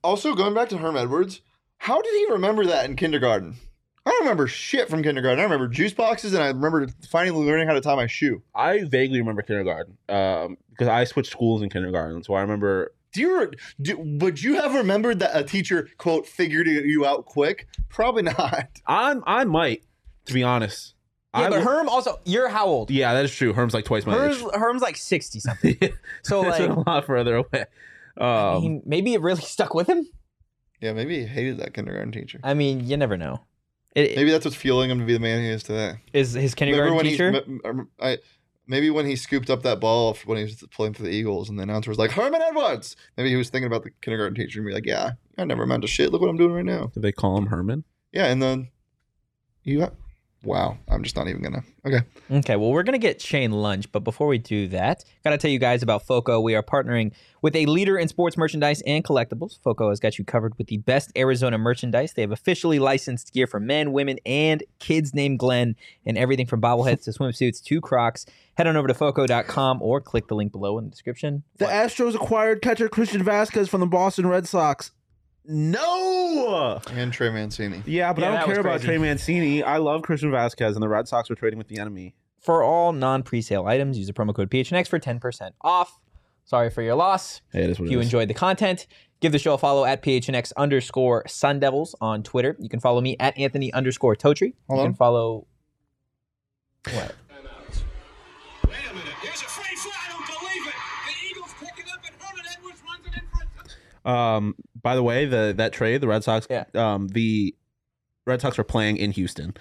Speaker 2: Also, going back to Herm Edwards, how did he remember that in kindergarten? I don't remember shit from kindergarten. I remember juice boxes, and I remember finally learning how to tie my shoe.
Speaker 3: I vaguely remember kindergarten um, because I switched schools in kindergarten, so I remember
Speaker 2: Do you? re- Do, would you have remembered that a teacher quote figured you out quick? Probably not.
Speaker 3: I'm I might, to be honest.
Speaker 1: Yeah,
Speaker 3: I
Speaker 1: but
Speaker 3: would-
Speaker 1: Herm also, you're how old?
Speaker 3: yeah, that is true. Herm's like twice my
Speaker 1: Herm's,
Speaker 3: age.
Speaker 1: Herm's like 60 something. So,
Speaker 3: It's
Speaker 1: like,
Speaker 3: a lot further away. Um,
Speaker 1: I mean, maybe it really stuck with him.
Speaker 2: Yeah, maybe he hated that kindergarten teacher.
Speaker 1: I mean, you never know. It,
Speaker 2: Maybe that's what's fueling him to be the man he is today.
Speaker 1: is his
Speaker 2: Remember
Speaker 1: kindergarten
Speaker 2: when
Speaker 1: teacher?
Speaker 2: he? m- I, maybe when he scooped up that ball f- when he was playing for the Eagles, and the announcer was like Herman Edwards. Maybe he was thinking about the kindergarten teacher and be like, "Yeah, I never meant a shit. Look what I'm doing right now."
Speaker 3: do they call him Herman?
Speaker 2: Yeah, and then you ha- Wow. I'm just not even gonna. Okay.
Speaker 1: Okay, well, we're going to get Shane lunch, but before we do that, got to tell you guys about FOCO. We are partnering with a leader in sports merchandise and collectibles. FOCO has got you covered with the best Arizona merchandise. They have officially licensed gear for men, women, and kids named Glenn, and everything from bobbleheads to swimsuits to Crocs. Head on over to FOCO.com or click the link below in the description.
Speaker 3: The Astros acquired catcher Christian Vasquez from the Boston Red Sox. No.
Speaker 2: And Trey Mancini.
Speaker 3: Yeah, but
Speaker 1: Yeah,
Speaker 3: I
Speaker 1: that
Speaker 3: don't
Speaker 1: was
Speaker 3: care about
Speaker 1: crazy.
Speaker 3: Trey Mancini. I love Christian Vasquez, and the Red Sox are trading with the enemy.
Speaker 1: For all non presale items, use the promo code PHNX for 10% off. Sorry for your loss.
Speaker 3: Hey, it is what
Speaker 1: If you enjoyed the content, give the show a follow at PHNX underscore Sun Devils on Twitter. You can follow me at Anthony underscore Totri. you
Speaker 2: Hold on.
Speaker 1: can follow what?
Speaker 5: Wait a minute. Here's a free fly. I don't believe it. The Eagles pick it up and Herman Edwards runs it in for a touchdown.
Speaker 3: Um, by the way, the that trade, the Red Sox,
Speaker 1: Yeah.
Speaker 3: um, the Red Sox are playing in Houston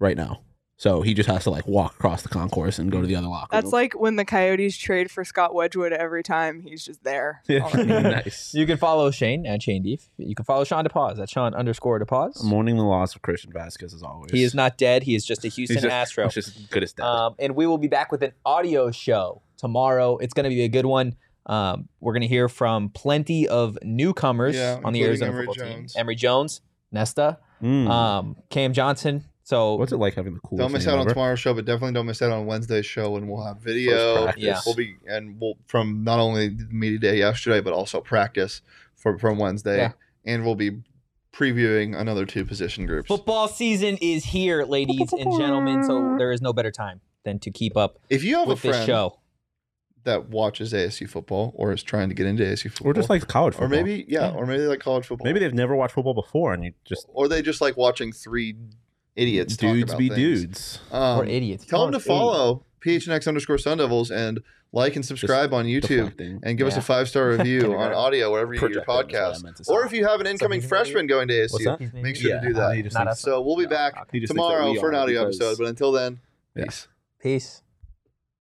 Speaker 3: right now, so he just has to like walk across the concourse and go to the other locker.
Speaker 4: That's
Speaker 3: room.
Speaker 4: like when the Coyotes trade for Scott Wedgwood every time. He's just there. already.
Speaker 3: nice.
Speaker 1: You can follow Shane at Shane Deef. You can follow Sean DePause at Sean underscore DePause.
Speaker 3: Mourning the loss of Christian Vasquez as always.
Speaker 1: He is not dead. He is just a Houston
Speaker 3: just-
Speaker 1: Astro.
Speaker 3: He's just good as dead.
Speaker 1: Um, and we will be back with an audio show tomorrow. It's going to be a good one. Um, we're going to hear from plenty of newcomers
Speaker 2: Yeah,
Speaker 1: on the
Speaker 2: including
Speaker 1: Arizona
Speaker 2: Emory
Speaker 1: football
Speaker 2: Jones.
Speaker 1: team. Emory Jones, Nesta,
Speaker 3: Mm.
Speaker 1: um, Cam Johnson. So
Speaker 3: What's it like having the coolest?
Speaker 2: Don't miss
Speaker 3: name
Speaker 2: out on
Speaker 3: ever?
Speaker 2: tomorrow's show, but definitely don't miss out on Wednesday's show, and we'll have video.
Speaker 3: practice.
Speaker 1: Yeah.
Speaker 2: uh, We'll be and we'll from not only the media day yesterday, but also practice for from Wednesday,
Speaker 1: Yeah.
Speaker 2: and we'll be previewing another two position groups.
Speaker 1: Football season is here, ladies and gentlemen. So there is no better time than to keep up
Speaker 2: If you have a
Speaker 1: with this
Speaker 2: friend
Speaker 1: show.
Speaker 2: that watches ASU football or is trying to get into ASU football,
Speaker 3: Or just like college football.
Speaker 2: or maybe yeah,
Speaker 1: Yeah.
Speaker 2: or maybe they like college football,
Speaker 3: maybe they've never watched football before, and you just
Speaker 2: or they just like watching three idiots talk
Speaker 3: dudes
Speaker 2: about
Speaker 3: be
Speaker 2: things.
Speaker 3: dudes.
Speaker 2: Um,
Speaker 1: We're idiots.
Speaker 2: Tell them
Speaker 1: We're
Speaker 2: to
Speaker 1: idiots.
Speaker 2: follow PHNX underscore Sun Devils and like and subscribe on YouTube.
Speaker 3: Deflecting.
Speaker 2: and give us
Speaker 1: Yeah.
Speaker 2: a five star review on
Speaker 1: Kindergarten.
Speaker 2: audio wherever you get your
Speaker 3: Projector is what I
Speaker 2: podcast.
Speaker 3: meant to say.
Speaker 2: Or if you have an incoming
Speaker 1: Something-
Speaker 2: freshman going to
Speaker 3: What's
Speaker 2: ASU,
Speaker 3: that?
Speaker 2: make sure to do
Speaker 3: Yeah,
Speaker 2: that.
Speaker 3: he just
Speaker 1: Not
Speaker 3: thinks-
Speaker 1: us.
Speaker 2: So we'll be
Speaker 1: No,
Speaker 2: back
Speaker 1: okay.
Speaker 3: He just thinks that
Speaker 2: tomorrow
Speaker 3: we
Speaker 2: for an
Speaker 3: are
Speaker 2: audio
Speaker 3: because-
Speaker 2: episode. But until then,
Speaker 3: Yeah.
Speaker 2: peace.
Speaker 1: Peace.